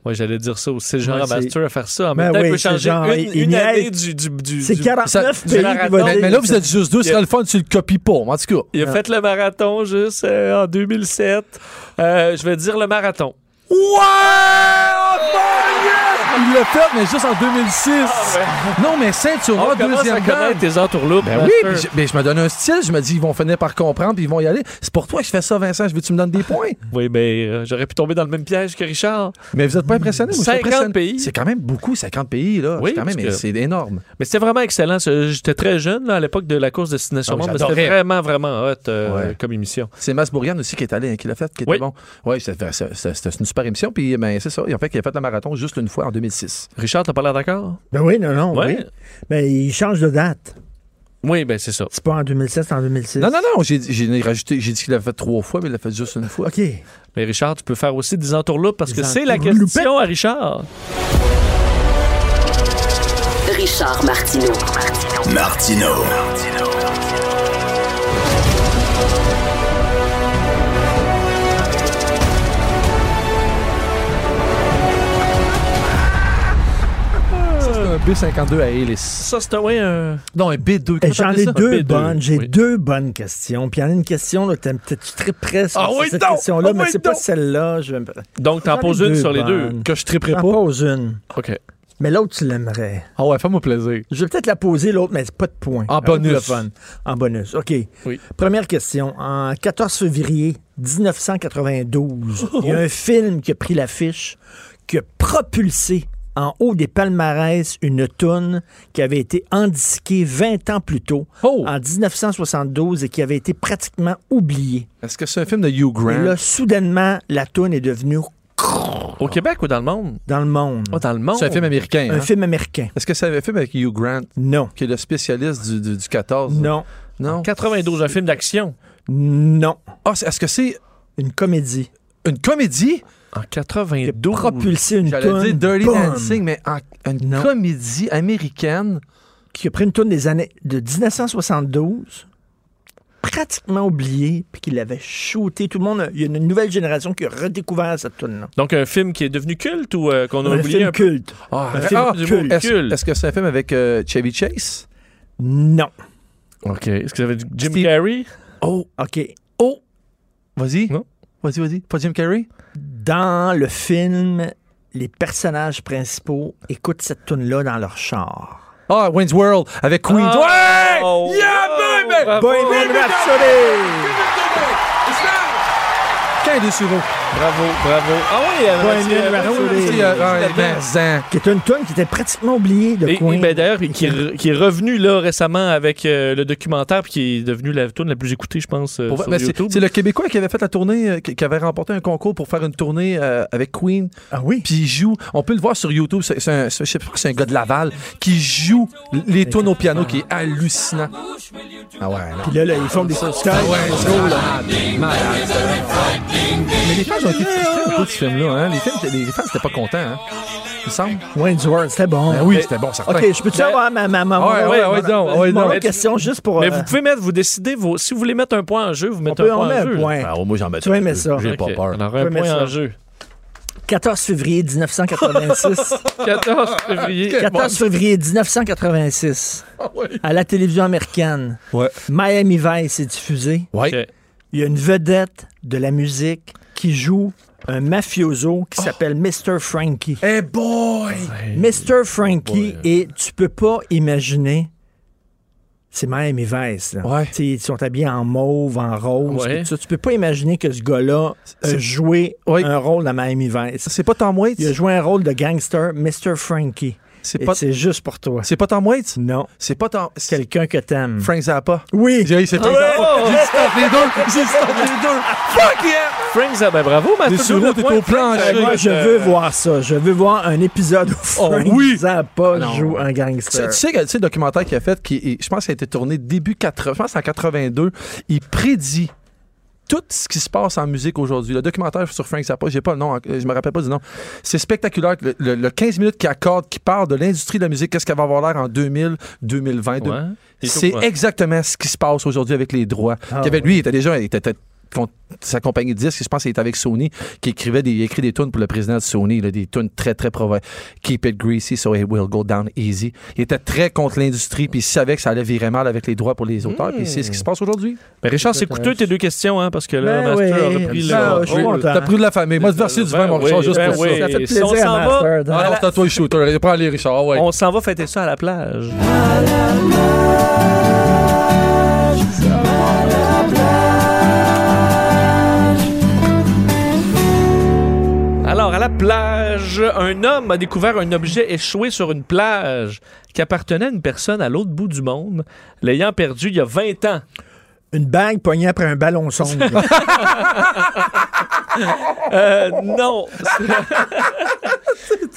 Oui, j'allais dire ça aussi. Genre Ouais, c'est- Master à faire ça. En Ben même temps, oui, il peut c'est changer genre, une, il une y a- année du. du, du- C'est du- 49 du pays qui marathon. vont Mais, dire mais là, que vous êtes juste deux, ce serait le fun, tu le copies pas. En tout cas, Il a fait le marathon juste euh, en 2007. Euh, je vais dire le marathon. Oh, il l'a fait, mais juste en 2006. Non, mais ceinture On noire, commence à Ah, deuxième dan. connaître tes entourloupes. Ben oui, puis je, mais je me donne un style, je me dis, ils vont finir par comprendre, puis ils vont y aller. C'est pour toi que je fais ça, Vincent, je veux que tu me donnes des points. Oui, ben euh, j'aurais pu tomber dans le même piège que Richard. Mais vous êtes pas impressionné, moi, je suis 50 impressionné. pays. C'est quand même beaucoup, 50 pays, là. Oui, c'est quand même, parce que- c'est énorme. Mais c'était vraiment excellent. ce- J'étais très jeune là, à l'époque de la course Destination Ah oui, Monde. mais C'était j'adorais. vraiment, vraiment hot euh, Ouais. comme émission. C'est Masbourian aussi qui est allé, hein, qui l'a fait, qui était Oui. bon. Oui, c'était c'était une super émission, puis ben, c'est ça. En fait, il a fait le marathon juste une fois en 2006. Richard, t'as pas l'air d'accord? Ben oui, non, non, Ouais. oui. Ben, il change de date. Oui, ben c'est ça. C'est pas en 2007, c'est en 2006. Non, non, non, j'ai j'ai rajouté, j'ai dit qu'il l'a fait trois fois, mais il l'a fait juste une fois. OK. Mais Richard, tu peux faire aussi des entourloupes parce Des que c'est la entourloupettes. question à Richard. Richard Martineau. Martino. C'est un B52 à hélice. Ça, c'est un, ouais, un- Non, un B2. Eh, comment J'en t'appelles ai ça? Un deux P2, bonnes. J'ai oui. deux bonnes questions. Puis il y en a une question, là, t'as- t'as- tu très près sur Ah oui, cette donc! question-là, Ah mais oui, c'est pas donc! celle-là. Je vais me- Donc, J'en t'en ai poses une deux sur les deux. bonnes. Que je triperais J'en pas. pose une. OK. Mais l'autre, tu l'aimerais. Ah ouais, fais-moi plaisir. Je vais peut-être la poser, l'autre, mais c'est pas de point. En Ça va être bonus. le fun. En bonus, OK. Oui. Première question. En 14 février 1992, il y a un film qui a pris l'affiche, qui a propulsé en haut des palmarès une toune qui avait été indiquée 20 ans plus tôt, Oh! en 1972, et qui avait été pratiquement oubliée. Est-ce que c'est un film de Hugh Grant? Et là, soudainement, la toune est devenue Au Québec ou dans le monde? dans le monde. Oh, dans le monde. c'est un film américain. Un hein? film américain. Est-ce que c'est un film avec Hugh Grant, Non. qui est le spécialiste du, du, du 14? Non. Non. 92, un film d'action. Non. Ah, c'est- est-ce que c'est Une comédie. une comédie? En qui a 92. propulsé une toune. J'allais dire Dirty boum, Dancing, mais en- une Non. comédie américaine. Qui a pris une toune des années de 1972, pratiquement oubliée, puis qu'il l'avait shootée. Tout le monde, a- il y a une nouvelle génération qui a redécouvert cette toune-là. Donc, un film qui est devenu culte ou euh, qu'on a Un oublié film un peu? culte. Ah, Un film du culte. mot- Est-ce Culte. est-ce que c'est un film avec euh, Chevy Chase? Non. OK. Est-ce que ça avait du Jim Steve- Carrey? Oh, OK. oh! Vas-y. Non. Vas-y, vas-y. Pas Jim Carrey? Dans le film, les personnages principaux écoutent cette toune-là dans leur char. Ah, Wayne's World avec Queen. ouais! Oh, yeah, wow, baby! bravo. Bohemian Rhapsody! Quin de sureau. Bravo, bravo. Ah oui, elle avait Bohemian dit, euh, Rhapsody. oui, oui, C'est, oui, euh, oui, un là-dedans. maison. Qui est une toune qui était pratiquement oubliée de Et, et Queen. ben, d'ailleurs, qui, est re- qui est revenu là récemment avec euh, le documentaire, puis qui est devenu la tourne la plus écoutée, je pense, euh, Pour vrai, sur ben, c'est YouTube. c'est le Québécois qui avait fait la tournée, euh, qui, qui avait remporté un concours pour faire une tournée euh, avec Queen. Ah oui? Puis il joue, on peut le voir sur YouTube, c'est c'est un, c'est- je sais pas, c'est un gars de Laval qui joue les tunes au piano qui est hallucinant. Ah ouais, Puis là, là, ils font des sauts. Mais les fans ont été frustrés un peu de ce film-là. Hein? Les, films- les fans n'étaient pas contents, hein? il me semble. Wayne's World, c'était bon. Ben oui, c'était bon, certain. OK, je peux-tu avoir ma ma ma Ouais, ma- ouais, ma- ouais, ma- donc, ma- ouais, ma- donc. ma question juste pour Mais euh, vous pouvez mettre, vous décidez, vos, si vous voulez mettre un point en jeu, vous on mettez peut un on point met en un jeu. point. moi, j'en mets Tu aimais ça. Ah J'ai Ok, On aura un Tu aimais point ça. en jeu. 14 février [LAUGHS] 1986. 14 [LAUGHS] février. 14 février 1986. Ah À la télévision américaine, Ouais. Miami Vice est diffusé. Ouais. Ok. Il y a une vedette de la musique qui joue un mafioso Oh. qui s'appelle Mr. Frankie. Hey boy! Mr. Frankie, et tu peux pas imaginer. C'est Miami Vice. là. Ouais. Tu sais, Ils sont habillés en mauve, en rose. Ouais. pis tout ça. Tu peux pas imaginer que ce gars-là a c'est- joué Ouais. un rôle dans Miami Vice. C'est pas Tom Waits? Il a joué un rôle de gangster, Mr. Frankie. C'est Et pas, C'est juste pour toi. c'est pas Tom Waits? Non. C'est pas Tom... c'est Quelqu'un que t'aimes. Frank [LAUGHS] Zappa. Oui. Oh! J'ai c'est Frank Zappa. J'ai dit stop les deux! J'ai dit stop les deux! Fuck yeah! Frank Zappa, ben, bravo, Mathieu. Des sureaux, t'es au plancher. Moi, je veux voir ça. Je veux voir un épisode où Frank Oh, oui. Ah Zappa Non. joue un Tu gangster. tu sais que tu sais le documentaire qu'il a fait, qui, est- je pense qu'il a été tourné début 80, je pense en 82, il prédit tout ce qui se passe en musique aujourd'hui. Le documentaire sur Frank Zappa, j'ai pas le nom, euh, je me rappelle pas du nom. C'est spectaculaire. Le, le- le 15 minutes qu'il accorde, qui parle de l'industrie de la musique, qu'est-ce qu'elle va avoir l'air en 2000, 2020. deux- Ouais. T'es au C'est courant. exactement ce qui se passe aujourd'hui avec les droits. Ah Il y avait- ouais. Lui, il était déjà, il était, était con- sa compagnie de disques, je pense qu'il était avec Sony, qui écrivait des, il a écrit des tunes pour le président de Sony, là, des tunes très, très provoques. Keep it greasy, so it will go down easy. Il était très contre l'industrie, puis il savait que ça allait virer mal avec les droits pour les auteurs, puis c'est ce qui se passe aujourd'hui. Ben, Richard, c'est coûteux tes deux questions, hein, parce que là, Ben Master a oui. repris le. Ah, Ben, je suis rôle. content. T'as pris de la famille. Moi, te verser du vin, Ben mon Richard, oui, juste ben pour oui. ça. Ça fait si on plaisir s'en à va, Master. dans Ah la- non, c'est à toi le shooter. Il est pas allé, Richard. Ah ouais. On s'en va fêter ça à la plage. Alors, à la plage, un homme a découvert un objet échoué sur une plage qui appartenait à une personne à l'autre bout du monde, l'ayant perdu il y a 20 ans. Une bague poignée après [LAUGHS] un ballon sombre. Euh, non.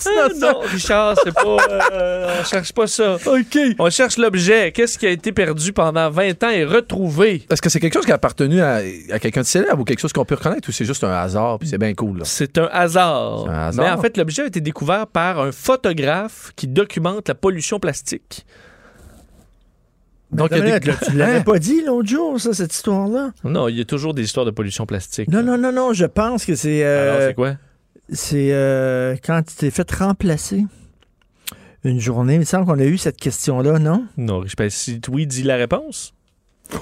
Ah, non, Richard, c'est pas. euh, on cherche pas ça. OK. On cherche l'objet. Qu'est-ce qui a été perdu pendant 20 ans et retrouvé? Est-ce que c'est quelque chose qui a appartenu à, à quelqu'un de célèbre ou quelque chose qu'on peut reconnaître ou c'est juste un hasard puis c'est bien cool? là? C'est un hasard. C'est un hasard. Mais en fait, l'objet a été découvert par un photographe qui documente la pollution plastique. Donc, Attends il y a une minute, des- là, tu l'avais pas dit l'autre jour, ça, cette histoire-là? Non, il y a toujours des histoires de pollution plastique. Non, non, non, non, je pense que c'est... euh, Alors, c'est quoi? c'est euh, quand tu t'es fait remplacer. une journée. Il me semble qu'on a eu cette question-là, non? Non, Rich, ben, si oui, dis la réponse.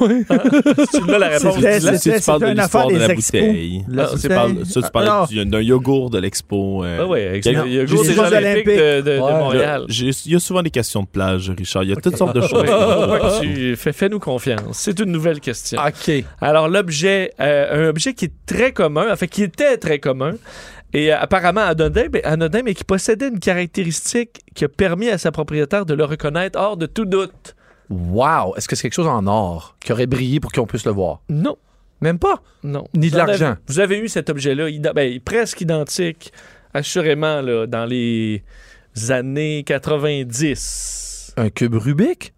Oui. si tu l'as la réponse, C'était- dis-la. Là, si tu parles de une affaire l'histoire de des la expos. bouteille. La Ah, tu bouteille. parles- Ça, tu Ah, parles non. du- d'un yogourt de l'expo. euh, Ah ouais, Non. il y a J'ai gros des des Jeux Jeux olympiques de, de- de Ouais. Montréal. J'ai- Il y a souvent des questions de plage, Richard. Il y a toutes sortes de choses. [LAUGHS] Ouais, Ah. tu- fais- Fais-nous confiance. C'est une nouvelle question. Ah, OK. Alors, l'objet, euh, un objet qui est très commun, enfin, qui était très commun, et euh, apparemment anodin, mais, anodin, mais qui possédait une caractéristique qui a permis à sa propriétaire de le reconnaître hors de tout doute. Wow. Est-ce que c'est quelque chose en or qui aurait brillé pour qu'on puisse le voir? Non, Même pas. non. Ni de Vous en l'argent. avez- Vous avez eu cet objet-là, ida- ben, presque identique, assurément, là, dans les années 90. Un cube Rubik?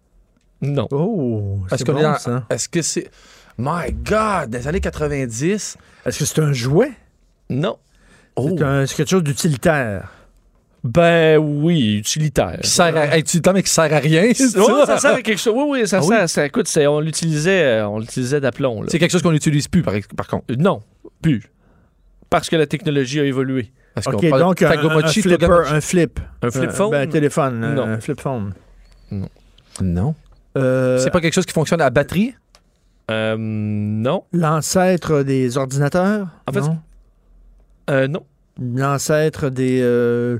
Non. Oh, Est-ce c'est qu'on bon, est dans- ça. Est-ce que c'est. My God, des années 90. Est-ce que c'est un jouet? Non. Oh. C'est un- c'est quelque chose d'utilitaire. Ben oui, utilitaire. Qui sert à. Hey, tu dis tant, mais qui sert à rien. c'est Oui, ça? ça sert à quelque chose. Oui, oui, ça Ah oui? sert. Ça, écoute, c'est- on l'utilisait, euh, on l'utilisait d'aplomb. là. C'est quelque chose qu'on n'utilise plus, par, par contre. Euh, Non, plus. Parce que la technologie a évolué. Parce OK, qu'on parle- donc un, un Tagomachi, flipper, Togamochi. un flip. Un flip Euh, phone? ben, un téléphone, un- Non. un flip phone. Non. Euh, C'est pas quelque chose qui fonctionne à batterie? Euh, non. L'ancêtre des ordinateurs? En fait, Non. Euh, non. L'ancêtre des euh,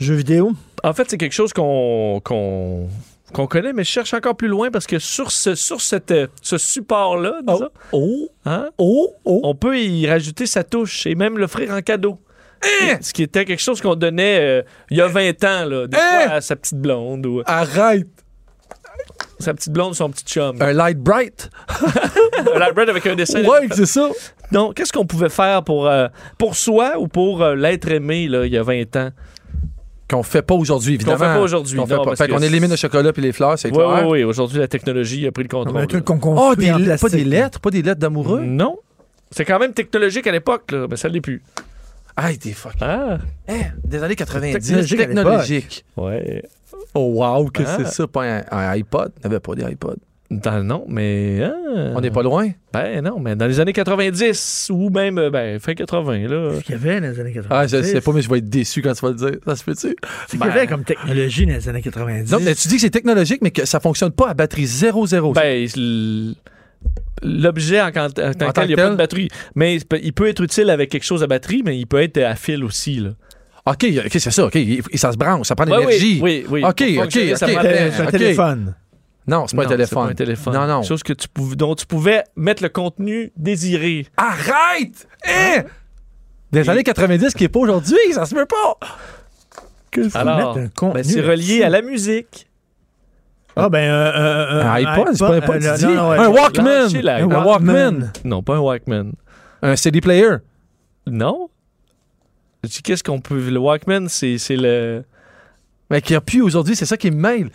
jeux vidéo? En fait, c'est quelque chose qu'on qu'on qu'on connaît, mais je cherche encore plus loin parce que sur ce, sur cette, euh, ce support-là, disons, Oh. hein, Oh. Oh. on peut y rajouter sa touche et même l'offrir en cadeau. Eh! Ce qui était quelque chose qu'on donnait euh, il y a 20 ans, là, des Hein? fois à sa petite blonde ou Arrête. sa petite blonde, son petit chum. Un light bright. Un labrador avec un dessin. Ouais, c'est ça. Non, qu'est-ce qu'on pouvait faire pour, euh, pour soi ou pour euh, l'être aimé là, il y a 20 ans? Qu'on fait pas aujourd'hui, Qu'on évidemment. fait pas aujourd'hui, Qu'on fait non, pas. parce Fait que qu'on c'est- élimine le chocolat puis les fleurs, c'est Oui, oui, clair. oui. Aujourd'hui, la technologie a pris le contrôle. Un là. truc qu'on Oh, construit des en lettres, pas plastique. des lettres, pas des lettres d'amoureux. Non. C'est quand même technologique à l'époque, là. Mais ça l'est plus. Ah, des fuck. Ah, Des années 90, Technologique à l'époque. technologique. ouais. Oh wow, que Ah. c'est ça, pas un, un iPod. Il n'y avait pas d'iPod. Dans- non, mais. hein, On n'est pas loin. Ben non, mais dans les années 90 ou même euh, ben, fin 80, là. Qu'est-ce qu'il y avait dans les années 90? Ah, je sais pas, mais je vais être déçu quand tu vas le dire. Ça se peut-tu? C'est qu'il y avait comme technologie dans les années 90? Non, mais tu dis que c'est technologique, mais que ça fonctionne pas à batterie 0-0. Ben, l- l'objet en, quant- en tant que tant tel, il n'y que a pas tel? de batterie. Mais il peut- il peut être utile avec quelque chose à batterie, mais il peut être à fil aussi, là. OK, OK, c'est ça. OK, il- il- ça se branche, ça prend de Ouais, l'énergie. Oui, oui. OK, Pour fonctionner, OK, ça OK. prend de C'était- l'énergie. c'était un Ok. téléphone. Non, c'est pas Non, un téléphone. un téléphone. Non, non. Chose que tu pouvais, dont tu pouvais mettre le contenu désiré. Arrête! Hein? Des années 90 qui est pas aujourd'hui, ça se peut pas! Que faut Alors, mettre un contenu ben, c'est relié là-dessus? à la musique. Ah, ben, euh, euh, euh, Un iPod, c'est pas un iPod, euh, tu dis? non, non, ouais. Un Walkman! Lancer la- Un Walkman! Non, pas un Walkman. Un CD player. Non? Je dis, Qu'est-ce qu'on peut. Le Walkman, c'est c'est le. Mais qui a plus aujourd'hui, c'est ça qui me mêle.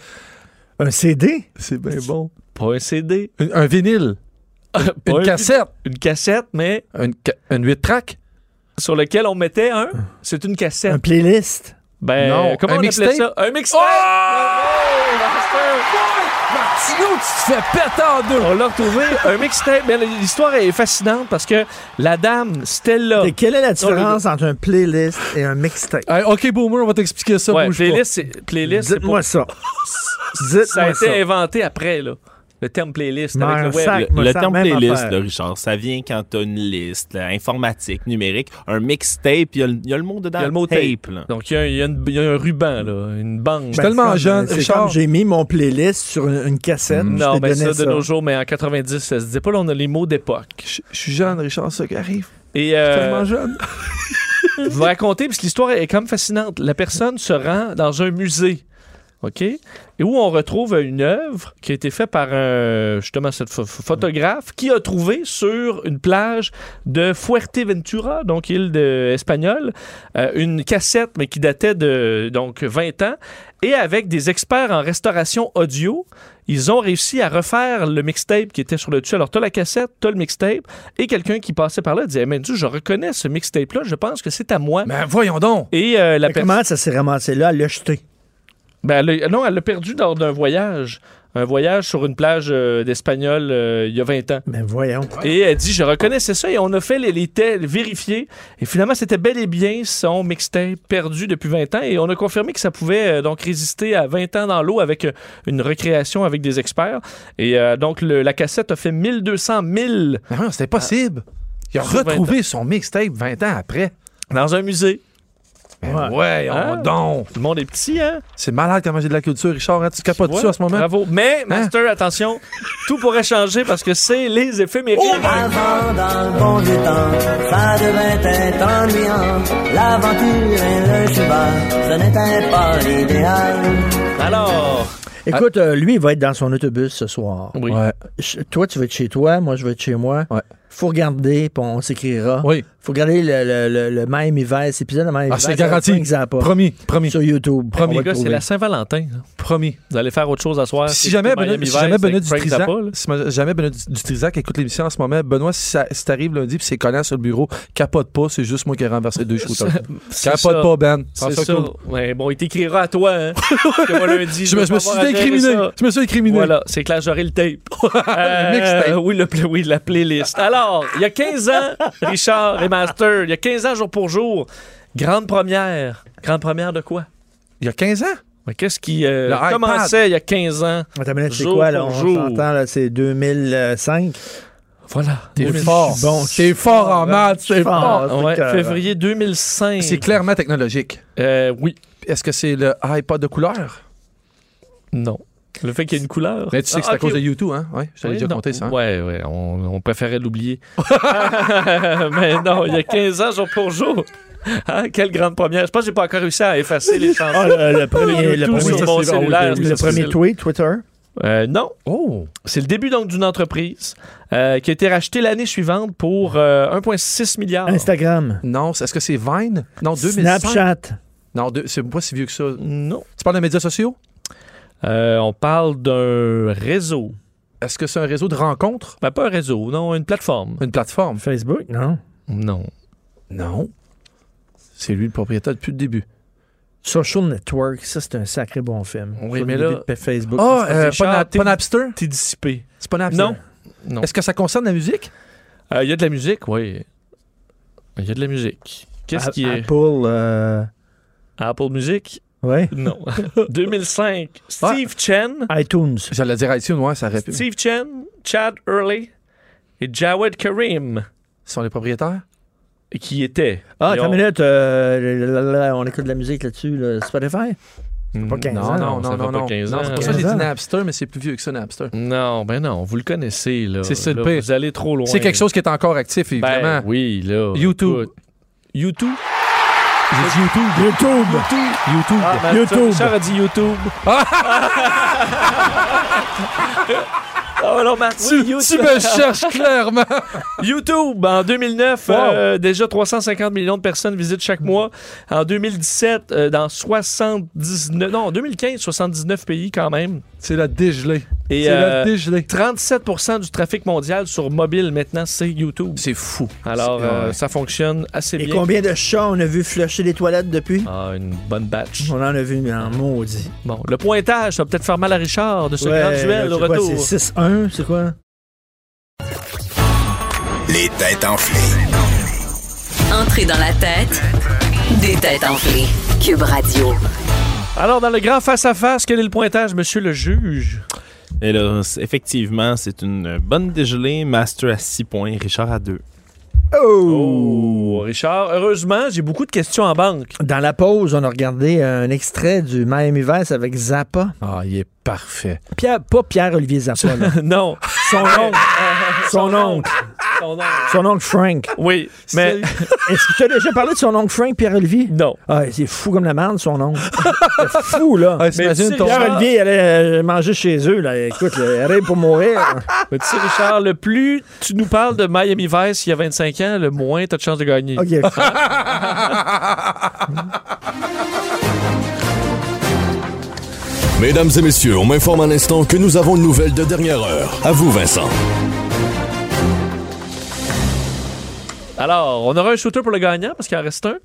Un CD? C'est bien Ben, bon. Pas un CD. Un, un vinyle. Pas Une un- cassette. Une cassette, mais Une, ca- une 8 track. sur lequel on mettait un. C'est une Un cassette. playlist? Ben, Non, comment un on mixtape? Oh! appelait ça? Un mixtape! Martino, tu te fais péter en deux! On l'a retrouvé, un mixtape. Ben, L'histoire est fascinante parce que la dame, Stella. Ah. Et quelle est la différence le- entre un playlist et un mixtape? Hey, OK, Boomer, on va t'expliquer ça. Ouais, bouge pas. playlist, c'est playlist, c'est pour Dites-moi ça. Ça a Dites-moi été ça. inventé après, là. Le terme playlist Mais un avec le web. là. sac. Le, Moi, le ça, terme même playlist, affaire. là, Richard, ça vient quand t'as une liste là, informatique, numérique, un mixtape, il y, a le- il y a le mot dedans. Il y a le mot tape. là. Donc, il y, a un- il y a une- il y a un ruban, là, une bande. Je suis tellement Ben, c'est comme- jeune, c'est Richard. comme J'ai mis mon playlist sur une, une cassette. je non, t'ai ben donné ça, de ça. nos jours, mais en 90, ça se disait pas, là, on a les mots d'époque. Je je suis jeune, Richard, ça qui arrive. Et Tellement euh, jeune. je vais vous raconter, parce que l'histoire est quand même fascinante. La personne se rend dans un musée, OK? Et où on retrouve une œuvre qui a été faite par un, justement cette pho- pho- photographe qui a trouvé sur une plage de Fuerteventura, donc île de espagnole, euh, une cassette, mais qui datait de donc 20 ans. Et avec des experts en restauration audio, ils ont réussi à refaire le mixtape qui était sur le dessus. Alors, t'as la cassette, t'as le mixtape, et quelqu'un qui passait par là disait, Eh, mais tu, je reconnais ce mixtape-là, je pense que c'est à moi. Mais voyons donc. Et euh, la Mais personne... Comment ça s'est ramassé là? Elle l'a jeté. Ben, elle l'a- non, elle l'a perdu lors d'un voyage. un voyage sur une plage euh, d'Espagnol euh, il y a 20 ans. Ben voyons. Et elle dit, je reconnaissais ça et on a fait les, les tests, vérifier. Et finalement, c'était bel et bien son mixtape perdu depuis 20 ans. Et on a confirmé que ça pouvait euh, donc résister à 20 ans dans l'eau avec euh, une recréation avec des experts. Et euh, donc, le- la cassette a fait 1200 000 Mais non, c'était Ah. possible. Il a Sur 20 retrouvé son mixtape 20 ans après. dans un musée. Mais Ouais. ouais, on Hein? donc. Le monde est petit, hein? C'est malade comment j'ai de la culture, Richard. hein? Tu capotes dessus Ouais, en ce moment? Hein? Bravo. Mais, Master, attention, tout pourrait changer parce que c'est les éphémérides. Oh! Avant dans le bon du temps, ça devait être ennuyant. L'aventure et le cheval, ce n'était pas l'idéal. Alors, Écoute, euh, lui, il va être dans son autobus ce soir. oui. Ouais. Ch- Toi, tu vas être chez toi, moi, je vais être chez moi. Ouais. Faut regarder, puis on s'écrira. Oui. Faut regarder le, le, le, le même hiver, cet épisode de même hiver. Ah, c'est ça va garanti. être cinq ans pas. Promis, promis, Sur YouTube. Promis. On va Les le gars, c'est trouver. la Saint-Valentin. là. promis. Vous allez faire autre chose à soir. Si Ah, C'est jamais, Miami Benoît, si Vice, jamais c'est Benoît Frank Dutrisac, Zappa, là. si ma- jamais Benoît Du- Dutrisac écoute l'émission en ce moment, Benoît, si ça, si t'arrives lundi pis c'est collant sur le bureau, capote pas, c'est juste moi qui ai renversé deux shooters. [LAUGHS] C'est capote ça. pas, Ben. Prends C'est ça ça. cool. Ouais, bon, il t'écrira à toi, [LAUGHS] hein. Parce que moi, lundi, Je me, vais je me pas suis avoir à gérer incriminé. ça. Je me suis incriminé. Voilà, c'est clair, j'aurai le [LAUGHS] tape. Euh, mixtape. oui, le pla- oui, la playlist. Alors, il y a 15 ans, Richard et Master, il y a 15 ans jour pour jour, grande première. Grande première de quoi? Il y a 15 ans? Mais Qu'est-ce qui euh, Le iPad. commençait il y a 15 ans? Attends une minute, c'est Jour quoi, là? pour On jour. s'entend, là, c'est 2005. Voilà. T'es Oui, fort. Bon, T'es fort en maths. T'es fort. fort. Ah, ouais, c'est que- février 2005. C'est clairement technologique. Euh, oui. Est-ce que c'est le iPod de couleur? Non. Le fait qu'il y ait une couleur. Mais tu sais que c'est Ah, à cause ok, de YouTube, hein? Ouais, je t'avais Oui, déjà non. compté ça. hein? Ouais, ouais, on, on préférait l'oublier. [LAUGHS] Mais non, il y a 15 ans, jour pour jour. Hein, quelle grande première. Je pense que j'ai pas encore réussi à effacer les chansons. Ah, le, [LAUGHS] le premier, le Tout premier, sur mon le cellulaire, premier c'est difficile. tweet, Twitter. Euh, non, Oh! c'est le début donc d'une entreprise euh, qui a été rachetée l'année suivante pour euh, 1,6 milliard. Instagram. Non, c'est- est-ce que c'est Vine? Non, 2005. Snapchat. Non, deux- c'est pas si vieux que ça. Non. Tu parles de médias sociaux? Euh, on parle d'un réseau. Est-ce que c'est un réseau de rencontres? Ben, pas un réseau, non, une plateforme. Une plateforme? Facebook, non. Non. Non. C'est lui le propriétaire depuis le début. Social Network, ça, c'est un sacré bon film. Oui, Sur mais le là- début de Facebook. Ah, c'est euh, Richard, pas, na- t'es- pas Napster? T'es dissipé. C'est pas Napster? Non. Non. Est-ce que ça concerne la musique? Euh, Il y a de la musique, oui. Il y a de la musique. Qu'est-ce A- qui est Apple, euh, Apple Music ouais. Non. [LAUGHS] 2005. Steve Ah, Chen, iTunes. J'allais dire iTunes, ouais, ça aurait pu. Steve Chen, Chad Hurley et Jawed Karim sont les propriétaires? qui étaient. Ah, Ils ont- attends une minute. euh, la- la- la- on écoute de la musique là-dessus, là, Spotify. Eh pas 15 non, ans, ça Mm. non, non, fait non, pas non. 15 Non, ans. c'est pour ça que j'ai 15 dit ans. Napster, mais c'est plus vieux que ça, Napster. Non, ben non, vous le connaissez, là. C'est ça, le Là, pire. Vous allez trop loin. C'est quelque chose qui est encore actif, Ben, évidemment. oui, là. YouTube. écoute. YouTube? J'ai dit YouTube. YouTube. YouTube. ben, Ah, Ah, YouTube. Richard a dit [LAUGHS] YouTube. [LAUGHS] oh non, Mathieu, Tu me cherches clairement. YouTube, ben, en 2009, Wow. euh, déjà 350 millions de personnes visitent chaque mois. En 2017, euh, dans 79... Non, en 2015, 79 pays quand même. [LAUGHS] C'est la dégelée. Et C'est la euh, dégelée. 37 du trafic mondial sur mobile maintenant, c'est YouTube. C'est fou. Alors, C'est- euh, ouais. ça fonctionne assez Et bien. combien de chats on a vu flusher des toilettes depuis? Ah, une bonne batch. On en a vu un maudit. Bon, le pointage, ça va peut-être faire mal à Richard de ce Ouais, grand là, duel au c'est quoi, retour. C'est 6-1, c'est quoi? Les têtes enflées. Entrée dans la tête des têtes enflées. Cube Radio. Alors, dans le grand face-à-face, quel est le pointage, monsieur le juge? Et là, c'est- effectivement, c'est une bonne dégelée. Master à 6 points, Richard à 2. Oh, Richard, heureusement, j'ai beaucoup de questions en banque. Dans la pause, on a regardé un extrait du Miami Vice avec Zappa. Ah, il est parfait. Pierre, pas Pierre-Olivier Zappa, [LAUGHS] là. non. Son oncle. Son oncle. Son oncle. Son oncle Frank. Oui, mais Est-ce que tu as déjà parlé de son oncle Frank, Pierre-Olivier? non. Ah, c'est fou comme la merde, son oncle. C'est fou, là. Ah, t'imagines tu- ton- Pierre- Pierre-Olivier allait euh, manger chez eux, là. Écoute, là, rêve pour [LAUGHS] mourir. Mais tu sais, Richard, le plus tu nous parles de Miami Vice il y a 25 ans, le moins t'as de chances de gagner. OK. Ah, Mesdames et messieurs, on m'informe à l'instant que nous avons une nouvelle de dernière heure. À vous, Vincent. Alors, on aura un shooter pour le gagnant parce qu'il en reste un.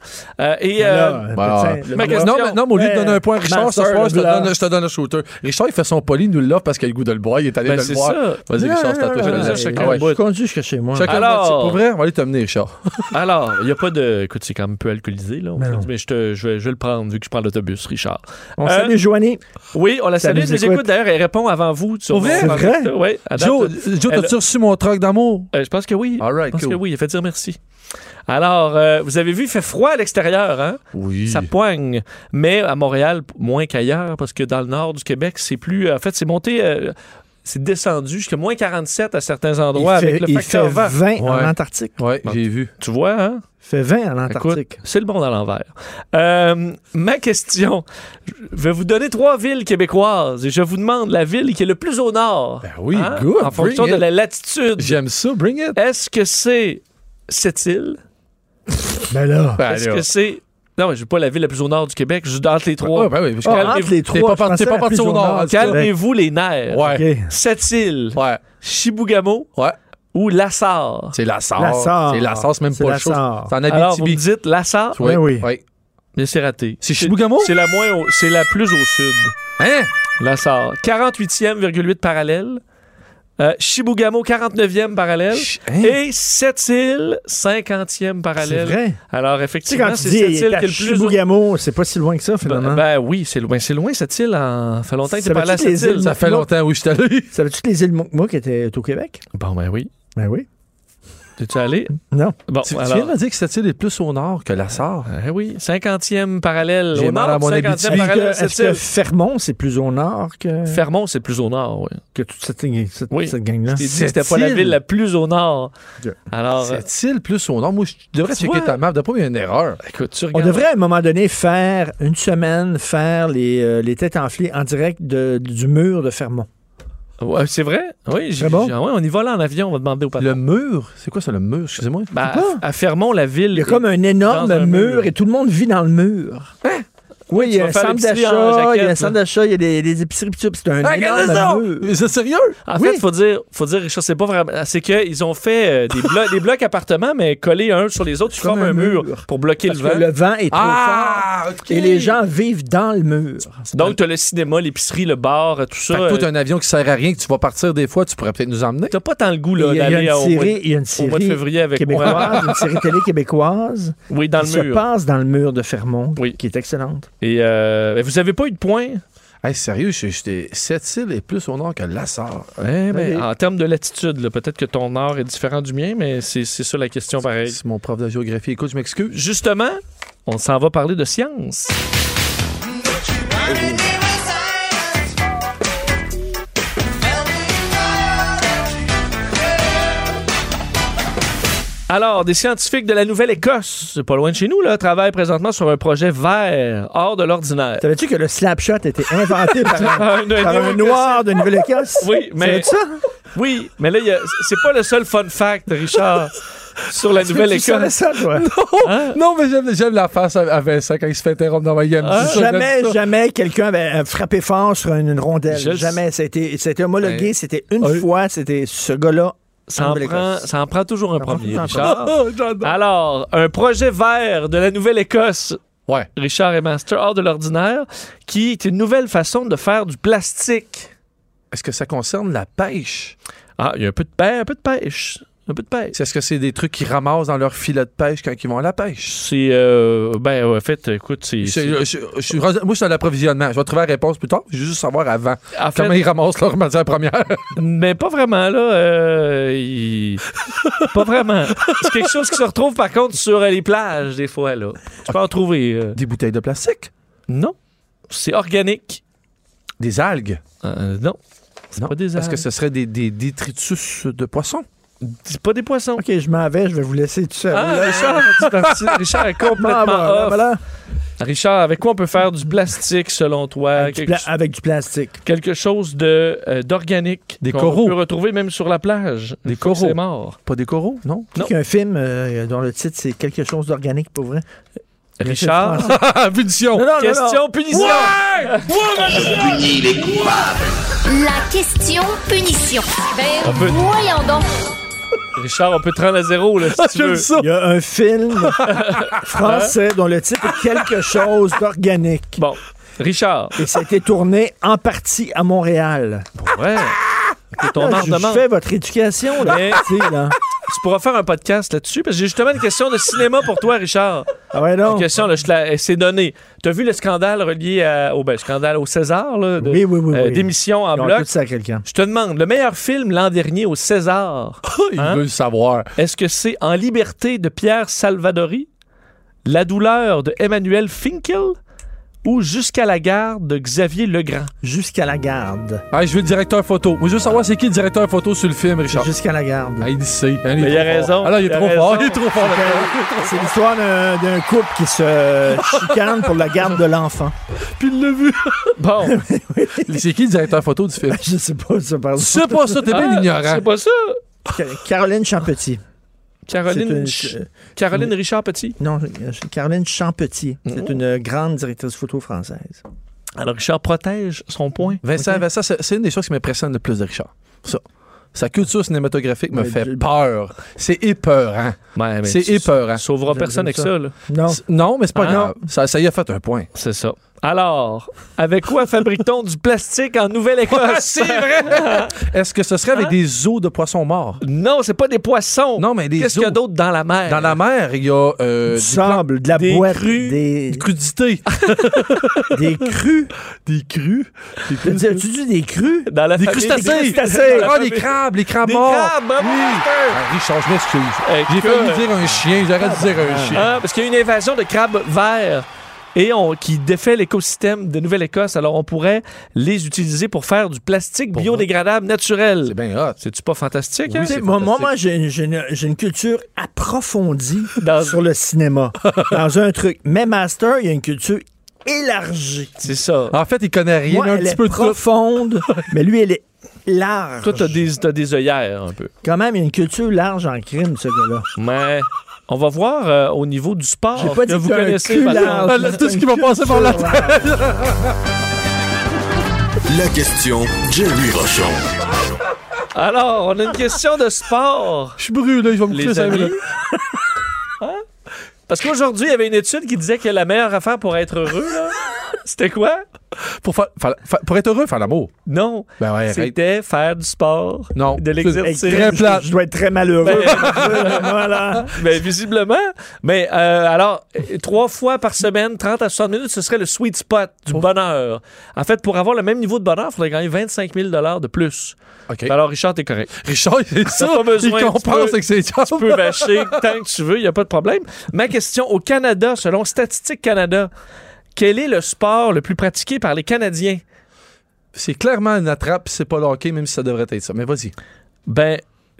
Euh, et euh, Là, Bah, putain, le ma bras. question- non, mais, non, mais au lieu de Ouais, donner un point à Richard Master ce soir, je te, Leblanc. donne, je te donne un shooter. Richard, il fait son poli, il nous l'offre parce qu'il a le goût de le boire, il est allé Ben, de c'est le boire. ça. Vas-y, Richard, c'est à non, non, toi. je te laisse. chacun Ah ouais. un bout. Je conduis jusqu'à chez moi. Chacun Alors- un bout, c'est pour vrai, on va aller t'amener, Richard. alors, il n'y a pas de. Écoute, c'est quand même peu alcoolisé, là. on Mais peut- non. mais je, te- je vais, je vais le prendre vu que je prends l'autobus, Richard. On Euh, salue Joanie. Oui, on la Ça salue. nous Elle nous écoute. écoute d'ailleurs, elle répond avant vous. Pour vrai? C'est vrai? Oui. Joe, Joe euh, elle- t'as-tu reçu mon truc d'amour? Euh, je pense que oui. All right, je pense cool. que oui. Il a fait dire merci. Alors, euh, vous avez vu, il fait froid à l'extérieur, hein? Oui. Ça poigne. Mais à Montréal, p- moins qu'ailleurs, parce que dans le nord du Québec, c'est plus. En fait, c'est monté. euh, c'est descendu jusqu'à moins 47 à certains endroits il fait, avec le il facteur fait vent. 20 Ouais. en Antarctique. Ouais, Ah. j'ai vu. Tu vois, hein? Il fait 20 en Antarctique. Écoute, c'est le monde à l'envers. Euh, ma question. Je vais vous donner trois villes québécoises et je vous demande la ville qui est le plus au nord. Hein? Ben oui, good, En fonction bring de it. la latitude. J'aime ça, bring it. Est-ce que c'est cette île? Ben là. Ben, Est-ce là. que c'est. Non, mais je veux pas la ville la plus au nord du Québec, juste entre les trois. Ouais, ben oui, parce que- Ah, calmez-vous. entre les T'es trois, pas par- je pensais t'es pas à parti plus au nord, au en tout cas. Calmez-vous les nerfs. Ouais. OK. Cette île, Ouais. Chibougamau Ouais. ou Lassar? C'est la La sarre. Sarre. C'est la sarre, c'est même C'est pas la chaud. Sarre. C'est en Alors, vous me Abitibi. dites Lassar, Oui, Ben oui. oui. mais c'est raté. C'est Chibougamau? C'est la, moins au- c'est la plus au sud. Hein? Lassar. 48e,8 parallèle. Euh, Chibougamau, 49e parallèle. Ch- hein? Et cette île, 50e C'est parallèle. vrai. Alors, Tu sais, quand effectivement, tu c'est dis cette il est île à qui est le plus au Chibougamau, c'est pas si loin que ça, finalement. Ben, ben oui, c'est loin. C'est loin cette île. En... fait longtemps que Ça t'es pas allé à veut dire cette que les île. îles- Ça fait Moi- longtemps où je suis allé. Savais-tu que les îles Mokmook étaient au Québec? Bon, ben oui. Ben oui. T'es-tu allé? Non. Bon, Tu, tu viens de alors. me dire que cette île est plus au nord que la Sarre. Eh oui, 50e parallèle. J'ai au mal nord, à mon 50e habitude. Est-ce parallèle, que, est-ce cette que île. Fermont, c'est plus au nord que, Fermont, c'est plus au nord, oui. que toute cette, cette, Oui. cette Je gang-là? t'ai dit que Cette c'était pas la île. ville la plus au nord. Yeah. Alors, euh, Cette île plus au nord. Moi, je devrais Tu checker vois? ta map. D'après moi, il y a une erreur. écoute, tu On regardes. devrait à un moment donné faire une semaine, faire les, euh, les têtes enflées en direct de- du mur de Fermont. Ouais, c'est vrai? Oui, j'ai- Très bon. j'ai- ah ouais, on y va là en avion, on va demander au patron. Le mur. C'est quoi ça, le mur? Excusez-moi. Ben, à- à Fermont, la ville. Ah! Il y a comme un dans un énorme mur, mur. Hein? et tout le monde vit dans le mur. Oui, il y Tu a vas un faire centre l'épicerie en d'achat, il y a un jaquette, centre d'achat, il y a des, des épiceries, pis tout, pis c'est un énorme mur. C'est sérieux? En Oui. fait, faut dire, faut dire, Richard, c'est pas vraiment. C'est qu'ils ont fait euh, des, [LAUGHS] blocs, des blocs appartements, mais collés un sur les autres, tu formes un un mur, pour bloquer Parce le vent. que le vent est trop Ah, fort. Et les gens vivent dans le mur. Donc, t'as le cinéma, l'épicerie, le bar, tout Fait ça. que toi, euh, t'as un avion qui sert à rien, que tu vas partir des fois, tu pourrais peut-être nous emmener. T'as pas tant le goût Il là, y a- il y a d'aller au, une mois série, de- il y a une au mois de série février avec moi. québécoise, une série télé québécoise Oui, [LAUGHS] dans qui le se mur. passe dans le mur de Fermont, Oui. qui est excellente. Et euh, ben, vous avez pas eu de points? Hey, sérieux, je- j'étais- cette île est plus au nord que Euh, la Sarre. Eh ben, Ok. En termes de latitude, là, peut-être que ton nord est différent du mien, mais c'est c'est ça la question pareil. Si mon prof de géographie écoute, je m'excuse. Justement, on s'en va parler de science. Alors, des scientifiques de la Nouvelle-Écosse, c'est pas loin de chez nous, là, travaillent présentement sur un projet vert, hors de l'ordinaire. Savais-tu que le slapshot était inventé par Ah, [LAUGHS] un, Un- Ah, un par un noir de Nouvelle-Écosse? Oui, mais- Savais-tu ça? Oui, mais là, il y a- c'est pas le seul fun fact, Richard, sur la Tu savais [LAUGHS] Nouvelle-Écosse. ça, [LAUGHS] toi? Hein? Non, mais j'aime, j'aime la face à, à Vincent quand il se fait interrompre dans ma game. Ah, Ça, j'aime jamais, ça. jamais quelqu'un avait euh, frappé fort sur une, une rondelle. Je le jamais. Ça a été, ça a été homologué. Hey. C'était une Hey. fois. C'était ce gars-là. Ça en, prend, ça en prend toujours un Ça en prend premier, tout le temps [LAUGHS] Richard. [LAUGHS] Oh, Ah, Alors, un projet vert de la Nouvelle-Écosse, Ouais. Richard et Master, hors de l'ordinaire, qui est une nouvelle façon de faire du plastique. Est-ce que ça concerne la pêche? Ah, il y a un peu de pêche, un peu de pêche, un peu de pêche. C'est- Est-ce que c'est des trucs qu'ils ramassent dans leur filet de pêche quand ils vont à la pêche? C'est, euh, ben, en fait, écoute, c'est... c'est- Je- je- je- je- moi, je suis à l'approvisionnement. Je vais trouver la réponse plus tard. Je veux juste savoir avant en fait, comment ils ramassent leur matière première. [LAUGHS] Mais pas vraiment, là. euh, il- pas vraiment. C'est quelque chose qui se retrouve, par contre, sur euh, les plages, des fois, là. Tu peux en trouver. euh. Des bouteilles de plastique? Non. C'est organique. Des algues? Euh, non. C'est Non, pas des Parce algues. que ce serait des, des détritus de poissons. C'est pas des poissons. OK, je m'en vais. Je vais vous laisser tout seul. Ah, Richard, tu parti- Richard est complètement Ah, voilà, off. voilà. Richard, avec quoi on peut faire du plastique, selon toi? Avec du quelque, pla- avec du plastique. quelque chose de, euh, d'organique. Des qu'on coraux. peut retrouver même sur la plage. Des Une fois que c'est coraux. mort. Pas des coraux, non? Non. Il y a un film euh, dont le titre, c'est quelque chose d'organique, pour vrai. Richard, [LAUGHS] Ah, punition! non, question punition. La question punition. Ben, peut- voyons donc. Richard, on peut te rendre à zéro, Ah, là, si tu veux. Il y a un [LAUGHS] film français dont le titre est quelque chose d'organique. Bon. Richard, Et ça a été tourné en partie à Montréal. ouais. Ok, ton Là, art Ah, je demande. fais votre éducation, là. Mais- tu sais, là. Tu pourras faire un podcast là-dessus, parce que j'ai justement une question de cinéma pour toi, Richard. Ah ouais, Une donc. question, là, je te la- eh, c'est donné. T'as vu le scandale relié à- au ben, scandale au César, là, de- Oui, oui, oui, euh, oui. d'émission en Ils ont bloc. tout ça à quelqu'un. Je te demande, le meilleur film l'an dernier au [LAUGHS] César, [LAUGHS] Il Hein? veut le savoir. est-ce que c'est En liberté de Pierre Salvadori, La douleur de Emmanuel Finkel ou Jusqu'à la gare de Xavier Legrand? Jusqu'à la garde. Ah, je veux le directeur photo. Moi, je veux savoir c'est qui le directeur photo sur le film, Richard. Jusqu'à la garde. Ah, il sait. Hein, Mais est il a trop fort. raison. Ah non, il Il est a trop fort. raison. Il est trop [LAUGHS] fort. là. C'est l'histoire d'un d'un couple qui [LAUGHS] se chicane pour la garde de l'enfant. Puis il l'a vu. [LAUGHS] Bon, [LAUGHS] C'est qui le directeur photo du [LAUGHS] film? Je sais pas, ça parle. Tu sais pas ça, t'es bien Ah, ignorant. c'est pas ça. Ca- Caroline Champetit. Ah, Caroline, C'est une- Ch- Caroline Richard-Petit. Non, euh, Caroline Champetit. Oh. C'est une grande directrice photo française. Alors, Richard protège son point. Vincent, Vincent, c'est c'est une des choses qui m'impressionne le plus de Richard. Ça. Sa culture cinématographique me Ouais, fait je- peur. C'est épeurant. Ouais, mais C'est tu- épeurant. tu sauveras personne avec ça. ça, là. Non. C- Non, mais c'est pas Ah. grave. Ça, ça y a fait un point. C'est ça. Alors, avec quoi fabrique-t-on du plastique en [LAUGHS] Nouvelle-Écosse? Est-ce que ce serait Hein? avec des os de poissons morts? non, c'est pas des poissons. Non, mais des Qu'est-ce os. qu'il y a d'autre dans la mer? Dans la mer, il y a Du euh, des plantes- sable, de la des boîte, crues, [LAUGHS] des, des crudités. Ah, des crues. des crues? Des Tu dis des crues? Dans la Des famille- crustacés! Des crustacés. Ah, des crabes, les crabes Des morts! crabes, bravo, Master. Ah, Richard, je m'excuse. Euh, J'ai que- failli dire un chien, j'arrête de dire un chien. Hein, parce qu'il y a une invasion de crabes verts et on, qui défait l'écosystème de Nouvelle-Écosse. Alors, on pourrait les utiliser pour faire du plastique biodégradable C'est naturel. bien hot. C'est-tu pas fantastique? Tu hein? sais, moi, moi, moi, j'ai j'ai une, j'ai une culture approfondie Dans- sur le [LAUGHS] cinéma. dans un truc. Mais Master, il y a une culture élargie. C'est ça. En fait, il connaît rien, Moi, mais un elle petit est peu de tout. [LAUGHS] profonde, mais lui, elle est large. Toi, t'as des, t'as des œillères un peu. Quand même, il y a une culture large en crime, ce gars-là. Mais on va voir euh, au niveau du sport J'ai pas que dit vous que t'as un connaissez. cul par large. [LAUGHS] exemple. Voilà, [LAUGHS] Tout ce qui m'a passé par la tête. La question Jerry Rochon. Alors, on a une question de sport. Je suis brûlé, je vais me coucher. les ça, amis. là. [LAUGHS] Hein? Parce qu'aujourd'hui, il y avait une étude qui disait que la meilleure affaire pour être heureux, là, [LAUGHS] c'était quoi? Pour, faire- faire- faire- pour être heureux, faire l'amour. Non. Ben ouais, arrête. C'était faire du sport, Non. de Hey, l'exercice. Très [LAUGHS] je- plate. Je, dois être très malheureux. voilà. Ben, visiblement. Mais euh, alors, euh, trois fois par semaine, 30 à 60 minutes, ce serait le sweet spot du bonheur. En fait, pour avoir le même niveau de bonheur, il faudrait gagner 25 000 de plus. OK. Alors, Richard, t'es correct. Richard, c'est ça. pas besoin, il tu compense peux- avec ses jobs. Tu peux bâcher tant que tu veux, il n'y a pas de problème. Ma question au Canada, selon Statistique Canada, quel est le sport le plus pratiqué par les Canadiens? C'est clairement une attrape, c'est pas le hockey, même si ça devrait être ça. Mais vas-y. Ben,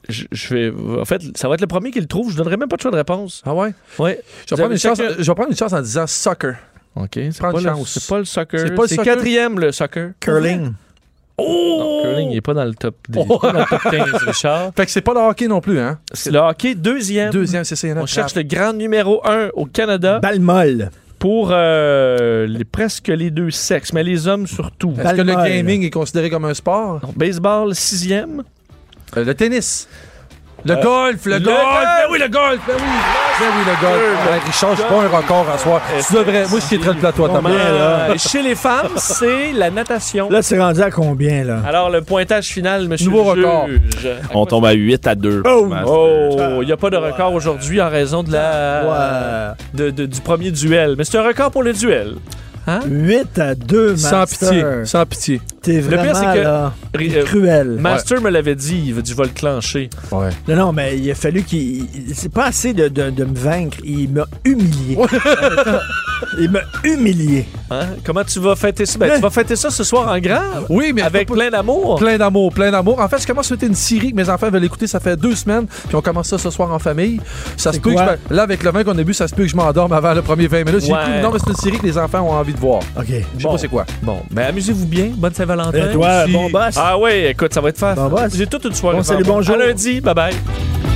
je je vais. En fait, ça va être le premier qui le trouve. Je donnerai même pas de choix de réponse. Ah ouais? Ouais. Je Vous vais, prendre avez une chance, chacun- je vais prendre une chance en disant soccer. OK. C'est Prends pas, une le- chance. c'est pas le soccer. Oh! C'est pas le C'est soccer. quatrième, le soccer. Curling. Non, curling, il n'est pas dans le top, des- il est pas dans le top [LAUGHS] 15, Richard. Fait que c'est pas le hockey non plus, hein? C'est le hockey, deuxième. Deuxième, c'est ça, il y en a Euh, On une cherche trappe. le grand numéro un au Canada Balle molle. pour euh, les, presque les deux sexes, mais les hommes surtout. Est-ce que le Balmol. gaming est considéré comme un sport? Alors, baseball, sixième. Euh, le tennis. Le golf, le, Euh, le golf! golf. Ben oui, le golf! Ben oui! Ben oui, le golf! Ben, Richard, je suis pas un record à soir. Tu devrais. Moi, je quitterais le plateau à ta main. Euh, chez les femmes, c'est la natation. Là, c'est rendu à combien, là? Alors, le pointage final, monsieur Nouveau le record. juge. À On quoi- tombe à 8 à 2. Oh! Oh, il n'y a pas de record aujourd'hui en raison de la, de- de- du premier duel. Mais c'est un record pour le duel. 8 à 2, Sans pitié, Master. sans pitié. T'es pire, vraiment, c'est que- là, Ri- euh, cruel. Master me l'avait dit, il veut du vol clencher. Ouais. Non, non, mais il a fallu qu'il. il- C'est pas assez de, de- de me vaincre. Il m'a humilié. [LAUGHS] il m'a humilié. Hein? Comment tu vas fêter ça? Ben, tu vas fêter ça ce soir en grand, Oui, mais avec plein d'amour. Plein d'amour, plein d'amour. En fait, je commence à écouter une série que mes enfants veulent écouter. Ça fait deux semaines. Puis on commence ça ce soir en famille. Ça se peut que quoi? je me- Là, avec le vin qu'on a bu, ça se peut que je m'endorme avant le premier 20 minutes. J'ai Ouais. écrit- Non, mais c'est une série que les enfants ont envie de voir. OK. Je sais pas c'est quoi. Bon, ben amusez-vous bien. Bonne Saint-Valentin. Et toi, aussi. bon boss. Ah oui, écoute, ça va être fun. Bon boss. J'ai toute une soirée. Bon, devant salut, moi. bonjour. À lundi, bye bye.